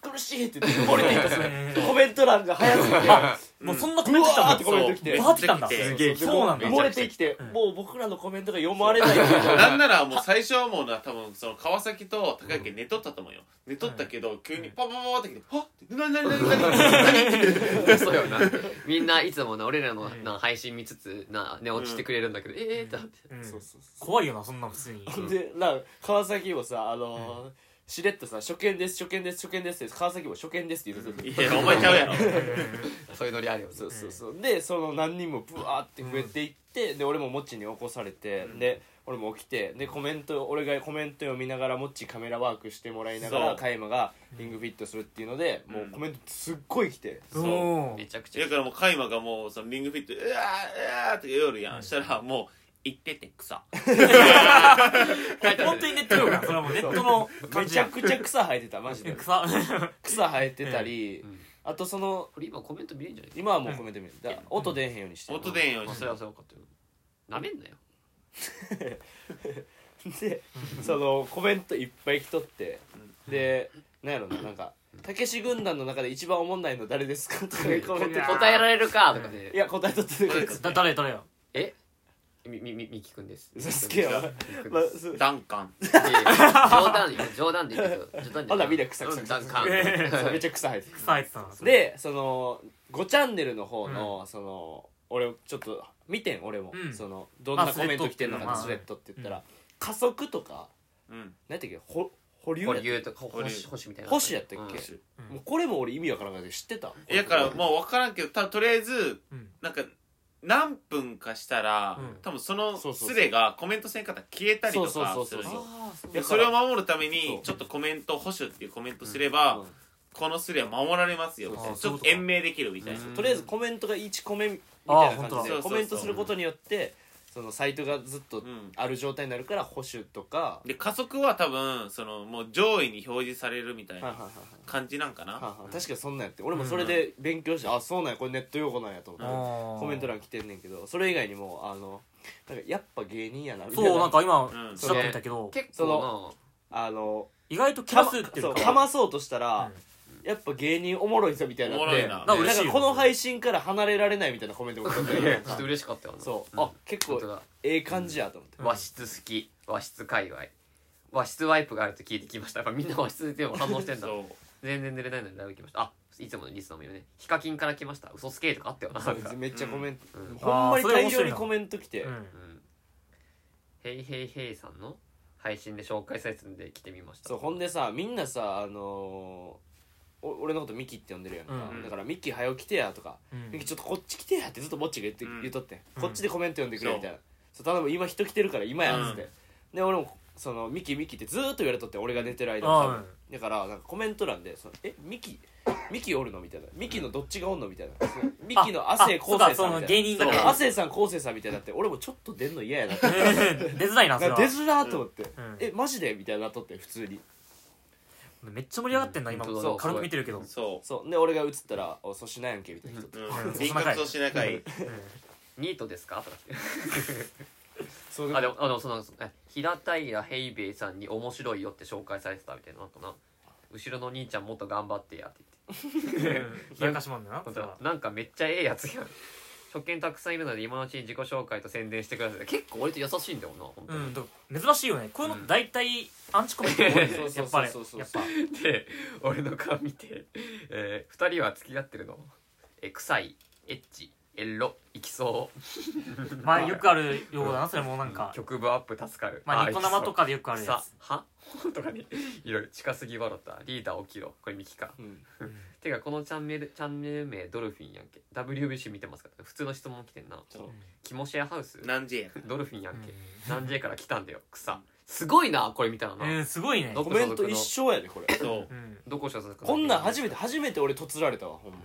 Speaker 1: 苦しいって言って漏
Speaker 3: *laughs*
Speaker 1: れていったそれ
Speaker 3: うん
Speaker 1: コメント欄が早すぎ
Speaker 3: *laughs*
Speaker 1: て
Speaker 3: ともうそんなコ
Speaker 1: う
Speaker 3: メン
Speaker 1: わ
Speaker 3: ト来た
Speaker 1: ー
Speaker 3: ん
Speaker 1: って
Speaker 3: だ
Speaker 1: コメント来て
Speaker 3: バーってきたんだ
Speaker 2: そう
Speaker 1: そう
Speaker 2: す
Speaker 1: そ
Speaker 3: げ
Speaker 1: う
Speaker 3: えそうなんだ
Speaker 1: 漏れてきて、
Speaker 3: うん
Speaker 1: もう僕らのコメントが読まれないみたいな
Speaker 2: なんならもう最初はもうな多分その川崎と高木寝とったと思うよ寝とったけど急にパパパパってきて「はっ!」って「なになになになに
Speaker 4: そうよなみんないつもな俺らのな配信見つつな、ね、落ちてくれるんだけど、ええー、ってなって
Speaker 3: うん
Speaker 1: そうそうそう
Speaker 3: 怖いよなそんなの普
Speaker 1: *laughs*
Speaker 3: 通に
Speaker 1: ほんでなんか川崎もさあのーしれっとさ「初見です初見です初見です」って川崎も「初見です」って言うてた
Speaker 2: いやお前ちゃうやろ
Speaker 4: そういうノリあるよね
Speaker 1: そうそうそうでその何人もブワーって増えていって、で俺ももっちに起こされて、で俺も起きてでコメント俺がコメント読みながらもっちカメラワークしてもらいなが
Speaker 2: そ
Speaker 1: ら
Speaker 2: う
Speaker 1: カイマがリングフィットするっていうので、もうコメントすっごい来て、
Speaker 2: う
Speaker 3: そう
Speaker 4: めちゃくちゃ
Speaker 2: だからもうカイマがもうそのリングフィット「うわーうわー」って言うやんしたらもう「行ってて草」
Speaker 3: 本当にネット用語やそれはもうネットの
Speaker 1: め
Speaker 3: 感じ
Speaker 1: ちゃ
Speaker 3: や
Speaker 1: くちゃ草生えてたマジ
Speaker 3: *laughs*
Speaker 1: で
Speaker 3: 草
Speaker 1: 草生えてたり、
Speaker 4: うん
Speaker 1: あとその
Speaker 4: これ今コメント見れるんじゃない
Speaker 1: 今はもうコメント見る、だから音出えへんようにしてる
Speaker 2: 音出んように
Speaker 4: あそれはそれは分かってるなめんなよ
Speaker 1: でそのコメントいっぱい来とってでなんやろななんか「たけし軍団の中で一番おもんないの誰ですか?」とかいうコメント
Speaker 3: いやー
Speaker 4: 答えられるかとかで、
Speaker 1: いや答えとってな
Speaker 2: 答
Speaker 1: い
Speaker 2: え
Speaker 1: で
Speaker 2: とっ
Speaker 1: す
Speaker 2: て
Speaker 3: だ誰誰よ
Speaker 4: えみみみみきくんです
Speaker 1: すげえ
Speaker 4: みき
Speaker 1: わ
Speaker 4: くんです
Speaker 1: まあそう
Speaker 2: ダンカン
Speaker 4: いやいや冗談よ冗談で言うけど冗談じ
Speaker 1: ほ
Speaker 4: ゃない
Speaker 1: らみんな臭く臭
Speaker 4: う
Speaker 1: く
Speaker 4: んダン
Speaker 1: 臭
Speaker 4: カン
Speaker 1: くそうめっちゃ草生えてる
Speaker 3: 草入ってたの
Speaker 1: でその5チャンネルの方のその俺ちょっと見てん俺も
Speaker 3: うん
Speaker 1: そのどんなコメント来てんのか
Speaker 3: まあ
Speaker 1: スレッドって言ったら加速とか
Speaker 2: うん
Speaker 1: 何て言うっけほ保留や
Speaker 4: 保
Speaker 1: った
Speaker 4: 留とか保
Speaker 2: 保留
Speaker 4: 守保守みたいな
Speaker 1: 保守やったっけ
Speaker 4: うん
Speaker 1: もうこれも俺意味わからないけど知ってた
Speaker 2: いやだからまあ分からんけどたとりあえず
Speaker 3: うん
Speaker 2: なんか何分かしたら、
Speaker 3: うん
Speaker 2: 多分その
Speaker 1: そうそうそう
Speaker 2: スレがコメントせんかったら消えたりと
Speaker 1: そう
Speaker 2: か
Speaker 1: そう
Speaker 2: す
Speaker 1: そう
Speaker 2: る
Speaker 1: そう
Speaker 2: の
Speaker 4: ああそう
Speaker 1: いや
Speaker 2: それを守るために
Speaker 1: そ
Speaker 2: ちょっとコメント保守っていうコメントすれば、
Speaker 1: うん
Speaker 2: このスレは守られますよみたい
Speaker 3: あ
Speaker 2: な
Speaker 3: ー
Speaker 2: ちょっ
Speaker 3: そういうこと
Speaker 2: と
Speaker 3: か
Speaker 2: 延命できるみたいな、
Speaker 3: うん
Speaker 1: とりあえずコメントが1コメみたい
Speaker 3: あー
Speaker 1: な
Speaker 3: 本
Speaker 1: 感
Speaker 3: 当だ
Speaker 1: じ
Speaker 2: そ
Speaker 1: で
Speaker 2: うそうそ
Speaker 1: コ
Speaker 2: う
Speaker 1: メントすることによってそのサイトがずっと
Speaker 2: うん
Speaker 1: ある状態になるから保守とか
Speaker 2: で加速は多分そのもう上位に表示されるみたい
Speaker 1: はいはい
Speaker 2: な
Speaker 1: はいはい
Speaker 2: 感じなんかな、
Speaker 1: はあはあ確かにそんなんやって俺もそれで勉強して、あそうなんやこれネット用語なんやと思って、コ
Speaker 3: コ
Speaker 1: メント欄来てんねんけどそれ以外にもあのなんかやっぱ芸人やなみたいな
Speaker 3: そうなんか今
Speaker 2: うん
Speaker 3: 調べてみたけど
Speaker 4: 結構
Speaker 1: あの
Speaker 3: 意外とキ
Speaker 1: か
Speaker 3: ャ
Speaker 1: ま
Speaker 3: スってい
Speaker 1: そうう
Speaker 3: か
Speaker 1: かまそうとしたら、やっぱ芸人おもろいぞみたいになっ
Speaker 2: おもろ
Speaker 1: て
Speaker 2: いな
Speaker 1: なん
Speaker 3: ね
Speaker 1: かなんかこの配信から離れられないみたいなコメントも来たんだ
Speaker 4: な
Speaker 1: よ
Speaker 3: *laughs*
Speaker 4: ち
Speaker 1: ね
Speaker 4: ょっと嬉しかったよな
Speaker 1: そうあ結
Speaker 4: 本
Speaker 1: 構
Speaker 4: 当だ
Speaker 1: ええ感じやと思って、
Speaker 4: 和室好き和室界隈和室ワイプがあると聞いてきましたやっぱみんな和室でも反応してんだ
Speaker 2: そう
Speaker 4: 全然寝れないのにライブ来ましたあいつものリスナーもいるねヒカキンから来ました嘘つけとかあったよななんか
Speaker 1: めっちゃコメント、
Speaker 4: うん
Speaker 1: ほんまに
Speaker 3: あーそれ
Speaker 1: 大
Speaker 3: 面
Speaker 1: 量
Speaker 3: 白い
Speaker 1: に
Speaker 3: な
Speaker 1: コメント来て、
Speaker 3: うん
Speaker 4: うんヘイヘイヘイさんの配信で紹介されてたんで来てみました
Speaker 1: そうほんでさみんなさあのーお俺のことミキって呼んでるやんか、
Speaker 3: うん
Speaker 1: だから「ミキはよ来てや」とか、
Speaker 3: うん
Speaker 1: ミキちょっとこっち来てや」ってずっとぼっちが言って、
Speaker 2: うん
Speaker 1: 言っとってん、
Speaker 3: うん
Speaker 1: こっちでコメント読んでくれみたいなそう頼む今人来てるから今やっつって、で俺もその「ミキミキ」ってずーっと言われとって俺が寝てる間も多分
Speaker 3: うん
Speaker 1: だからなんかコメント欄でその「えミキミキおるの?」みたいな「ミキのどっちがおんの?」みたいなその「ミキの亜生昴生さん」みたいな
Speaker 3: あそうだその芸人
Speaker 1: そ
Speaker 3: だ
Speaker 1: う
Speaker 3: から
Speaker 1: 亜生さん昴生さんみたいになって俺もちょっと出んの嫌やな
Speaker 3: *laughs*
Speaker 1: って
Speaker 3: 出づらいな
Speaker 1: な
Speaker 3: それ
Speaker 1: んか
Speaker 3: は
Speaker 1: 出づらーと思って、
Speaker 3: ん
Speaker 1: えマジでみたいになっとって普通に
Speaker 3: めっちゃ盛り上がってんな今
Speaker 4: 本当だ
Speaker 3: そう軽く見てるけどうん
Speaker 2: そ
Speaker 1: そうで俺が映ったら「お粗品やんけ」みたいな人
Speaker 2: う、
Speaker 1: と
Speaker 2: うん、
Speaker 3: そん
Speaker 2: 輪
Speaker 3: な回
Speaker 2: 郭としなか
Speaker 3: *laughs*
Speaker 2: い
Speaker 4: ニートですかとかって
Speaker 1: そう
Speaker 4: あでもあでもそのえ平平平兵衛さんに面白いよって紹介されてたみたいななんかな後ろの兄ちゃんもっと頑張ってやって
Speaker 3: 冷やかしもんだな
Speaker 4: 言っ
Speaker 3: そ
Speaker 4: て
Speaker 3: れは
Speaker 4: なんかめっちゃええやつやん初見たくさんいるので今のうちに自己紹介と宣伝してください結構割と優しいんだよな本当
Speaker 3: う
Speaker 4: に、
Speaker 3: んだから珍しいよねこういうの大体アンチコメント多いよね
Speaker 1: そうそ
Speaker 3: や
Speaker 1: う
Speaker 3: っぱ
Speaker 1: そう
Speaker 3: り
Speaker 1: そうそう
Speaker 3: やっぱ
Speaker 4: で俺の顔見て「えー、2人は付き合ってるのえ臭いエッチエロいきそう
Speaker 3: まあよくある用語だなそれもなんか
Speaker 4: 曲部アップ助かる」
Speaker 3: まあニ
Speaker 4: いき
Speaker 3: コ
Speaker 4: そう
Speaker 3: 生とかでよくあるや
Speaker 4: 草
Speaker 3: つ
Speaker 4: は *laughs* とかねいろいろ近すぎ笑ったリーダー起きろこれミキか
Speaker 1: うん
Speaker 4: てかこのチャンネルチャンネル名ドルフィンやんけ WBC 見てますか普通の質問来てんな
Speaker 1: そう
Speaker 4: キモシェアハウス
Speaker 2: 何時や
Speaker 4: ドルフィンやんけ
Speaker 3: うん
Speaker 4: 何 J から来たんだよ草すごいなこれ見たらな、
Speaker 3: うんすごいね
Speaker 4: ど
Speaker 1: コメント一生やでこれ
Speaker 2: そう
Speaker 3: うん
Speaker 4: どこ所属
Speaker 1: こんなん初め
Speaker 4: て
Speaker 1: て初めて俺とつられたわほんま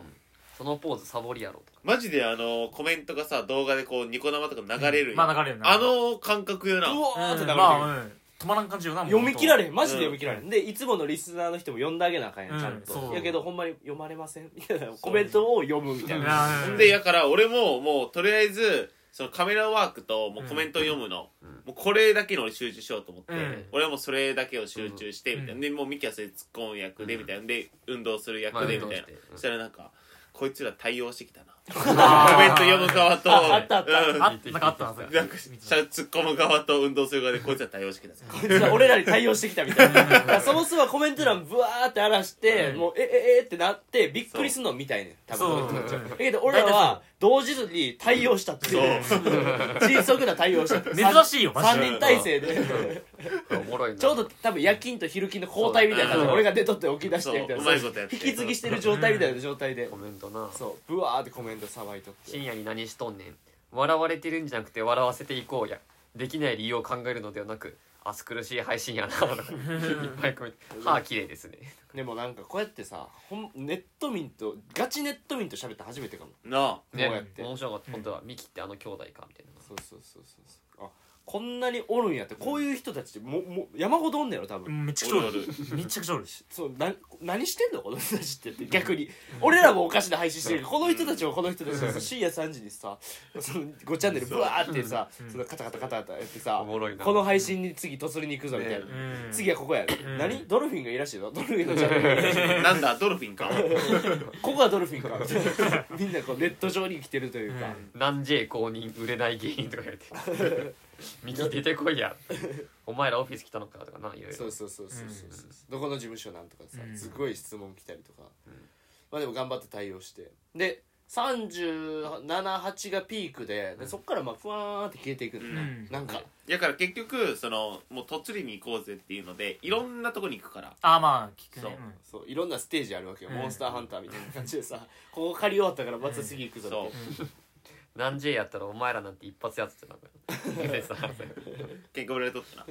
Speaker 4: そのポーズサボりやろとか
Speaker 2: マジであのコメントがさ動画でこうニコ生とか流れるよ、
Speaker 3: まあ流れるな
Speaker 2: あの感覚よな
Speaker 1: うわーって流
Speaker 3: うん
Speaker 1: れて
Speaker 3: ま
Speaker 1: る
Speaker 3: あうん止まらん感じよなもう
Speaker 1: 読み切られへんマジで読み切られへん、でいつものリスナーの人も読んであげなあかんやんちゃん
Speaker 3: うん
Speaker 1: と、
Speaker 3: そう
Speaker 1: やけどほんまに読まれませんみたいなコメントを読むみたいな、
Speaker 3: うん
Speaker 2: でやから俺ももうとりあえずそのカメラワークともうコメントを読むの、
Speaker 4: うん
Speaker 2: もうこれだけの俺集中しようと思って、
Speaker 3: うん
Speaker 2: 俺はもうそれだけを集中してみたいな、
Speaker 3: うん
Speaker 2: でもうミキはそれ突っ込む役でみたいな、で運動する
Speaker 4: まあ
Speaker 2: 役でみ
Speaker 4: 運
Speaker 2: た
Speaker 4: 動
Speaker 2: い
Speaker 4: し
Speaker 2: な、
Speaker 4: てうん
Speaker 2: そしたらなんかこいつら対応してきたな
Speaker 3: あー
Speaker 2: コメント読む側と
Speaker 1: ああ *laughs* ったあった
Speaker 2: うん
Speaker 3: あなんかあったなそれ
Speaker 2: なんかしゃ突っ込む側と運動する側でこいつら対応してきた
Speaker 1: こいつら俺らに対応してきたみたいなだからそもそもコメント欄ブワーって荒らして、
Speaker 3: うん
Speaker 1: もうええええってなってびっくりすんのみたいねん多分
Speaker 3: そう
Speaker 1: この人たちは
Speaker 3: うん
Speaker 1: だけど俺らは同時に対応したっていう *laughs* 迅速な対応をしたって
Speaker 3: *laughs* 珍しいよマ
Speaker 1: 3
Speaker 3: ジで
Speaker 1: 人体制で
Speaker 4: おもろい
Speaker 1: *laughs*
Speaker 4: な
Speaker 1: ちょうど多分夜勤と昼勤の交代みたいな感じで
Speaker 4: そう
Speaker 1: 俺が出とって起き出してみたい
Speaker 2: そう
Speaker 1: な
Speaker 2: うまいことやって
Speaker 1: 引き継ぎしてる状態みたいな状態で
Speaker 4: コメントな
Speaker 1: そうブワーってコメントさばいとって
Speaker 4: 深夜に何しとんねん笑われてるんじゃなくて笑わせていこうやできない理由を考えるのではなく暑苦しい配信やな
Speaker 1: *laughs*
Speaker 4: とかいっぱいコメント「はあ綺麗ですね
Speaker 1: でもなんかこうやってさほんネット民とガチネット民と喋って初めてかも」
Speaker 2: なあ
Speaker 1: こうやっ
Speaker 4: ね
Speaker 1: て
Speaker 4: 面白かった本当はミキってあの兄弟かみたいな
Speaker 1: そうそうそうそうそうあこんなにおるんやってこういう人たちってもも山ほどおんねやろ多分、
Speaker 3: めっちゃくちゃお
Speaker 2: おる
Speaker 3: るめっちゃくちゃおるし
Speaker 1: そうな何してんのこの人たちってって逆に俺らもおかしな配信してるけどこの人たちもこの人たちでさ深夜3時にさその5チャンネルブワーってさそのカタカタカタカタやってさ
Speaker 4: おもろいな
Speaker 1: この配信に次とつりに行くぞみたいな、
Speaker 2: ね
Speaker 3: うん
Speaker 1: 次はここやろ、
Speaker 3: ん
Speaker 1: 何ドルフィンがいいらしいのドルフィンのチャンネル
Speaker 2: *laughs*
Speaker 1: がいいらしい
Speaker 2: なんだドルフィンか
Speaker 1: ここはドルフィンかみたいなみんなこうネット上に来てるというか、
Speaker 3: うん
Speaker 4: 何 J 公認売れない芸人とか言われ
Speaker 1: *laughs*
Speaker 4: て「ミキ出てこいや」お前らオフィス来たのか」とかないろい
Speaker 1: そ
Speaker 4: ろ
Speaker 1: うそうそうそうそうそう、
Speaker 4: うん
Speaker 1: どこの事務所なんとかさ
Speaker 3: うん
Speaker 1: すごい質問来たりとか、
Speaker 4: ん
Speaker 1: まあでも頑張って対応してで378がピークででそっからまあふわーんって消えていくんだね、
Speaker 3: うん
Speaker 1: なんか
Speaker 2: だから結局そのもうとっつりに行こうぜっていうのでいろんなとこに行くから
Speaker 3: あーまあ聞く
Speaker 2: そう
Speaker 3: ねうん
Speaker 1: そういろんなステージあるわけよ、
Speaker 3: うん
Speaker 1: モンスターハンターみたいな感じでさここ借り終わったからまた次行くぞって、
Speaker 2: そう
Speaker 4: 何 J やったらお前らなんて一発やつって
Speaker 1: *laughs*
Speaker 4: なるでさ
Speaker 2: 喧嘩売られとったな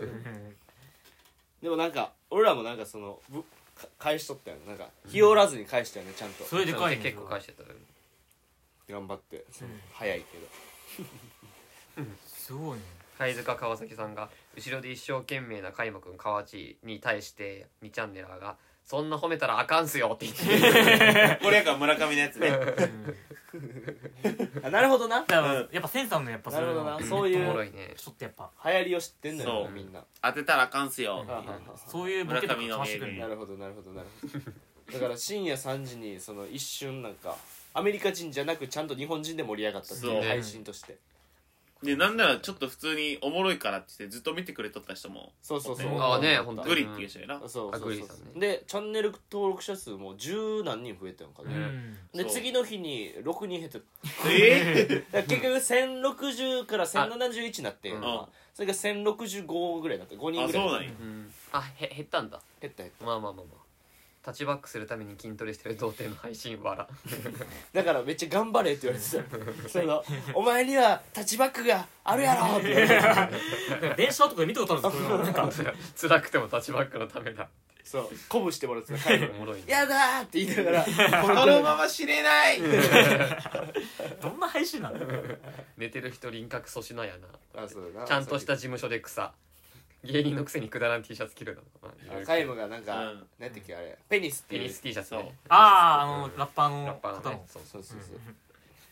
Speaker 1: でもなんか俺らもなんかそのぶか返しとったよねなんか日和らずに返したよねちゃんと
Speaker 3: それでかいね
Speaker 4: 結構返してたね
Speaker 1: 頑張って、早いけど
Speaker 3: すごいね
Speaker 4: 貝塚川崎さんが後ろで一生懸命な海馬くん河内に対して2チャンネラーが「そんな褒めたらあかんすよ」って言って
Speaker 2: *laughs* これやから村上のやつね
Speaker 1: あなるほどな
Speaker 3: だからやっぱセンサーのやっぱ
Speaker 1: なるほどなそう
Speaker 3: いう
Speaker 1: い
Speaker 4: おもろ
Speaker 1: う
Speaker 4: いね
Speaker 3: ちょっとやっぱ
Speaker 1: 流行りを知ってんのよ
Speaker 2: そう
Speaker 1: みんな、
Speaker 2: 当てたらあかんすよ
Speaker 1: あ
Speaker 3: そういうボケとかかましてくるん
Speaker 1: な
Speaker 3: だ
Speaker 1: るほどなるほどなるほどだから深夜3時にその一瞬なんかアメリカ人じゃなくちゃんと日本人で盛り上がったってい
Speaker 2: そうう
Speaker 1: 配信として
Speaker 2: でなんならちょっと普通におもろいからって言ってずっと見てくれとった人も
Speaker 1: そうそうそう
Speaker 4: ああねほんと
Speaker 2: グリっていう人やな
Speaker 1: そうそう
Speaker 4: あ
Speaker 1: そ
Speaker 4: グ
Speaker 1: う
Speaker 4: リーンさんね
Speaker 1: でチャンネル登録者数も十何人増えてるんか
Speaker 3: う
Speaker 1: ね、
Speaker 3: ん
Speaker 1: で
Speaker 2: そう
Speaker 1: 次の日に6人減って
Speaker 2: ええ
Speaker 1: だから結局1060から1071になってんよな
Speaker 2: あうん
Speaker 1: それが1065ぐらいになって5人
Speaker 2: あ
Speaker 1: ぐ
Speaker 2: そ
Speaker 1: ら *laughs* いう
Speaker 2: なんや
Speaker 4: あへ減ったんだ
Speaker 1: 減った減った
Speaker 4: まあまあまあまあタッチバックするために筋トレしてる童貞の配信笑
Speaker 1: だからめっちゃ頑張れって言われてたそのお前にはタッチバックがあるやろって言われて
Speaker 3: *laughs* 電車とかで見たことあるんですよこれはなんか
Speaker 4: 辛くてもタッチバックのためだ
Speaker 1: そう鼓舞してもらってた最後
Speaker 4: おもろいね
Speaker 1: やだーって言いな
Speaker 2: *laughs*
Speaker 1: がら
Speaker 2: このまま知れない
Speaker 3: どんな配信なの
Speaker 4: 寝てる人輪郭粗品やな
Speaker 1: あそうだな
Speaker 4: ちゃんとした事務所で草芸人のくせにくだらん T シャツ着るな
Speaker 1: あカイムがなんか、
Speaker 2: うん
Speaker 1: なんやったっけあれペニスって
Speaker 4: テ
Speaker 1: いう
Speaker 4: ニス T シャツね
Speaker 3: あああのラッパー
Speaker 4: ラ
Speaker 3: の
Speaker 4: ッパー
Speaker 3: 方
Speaker 4: のね
Speaker 3: の
Speaker 4: そう
Speaker 1: そうそうそう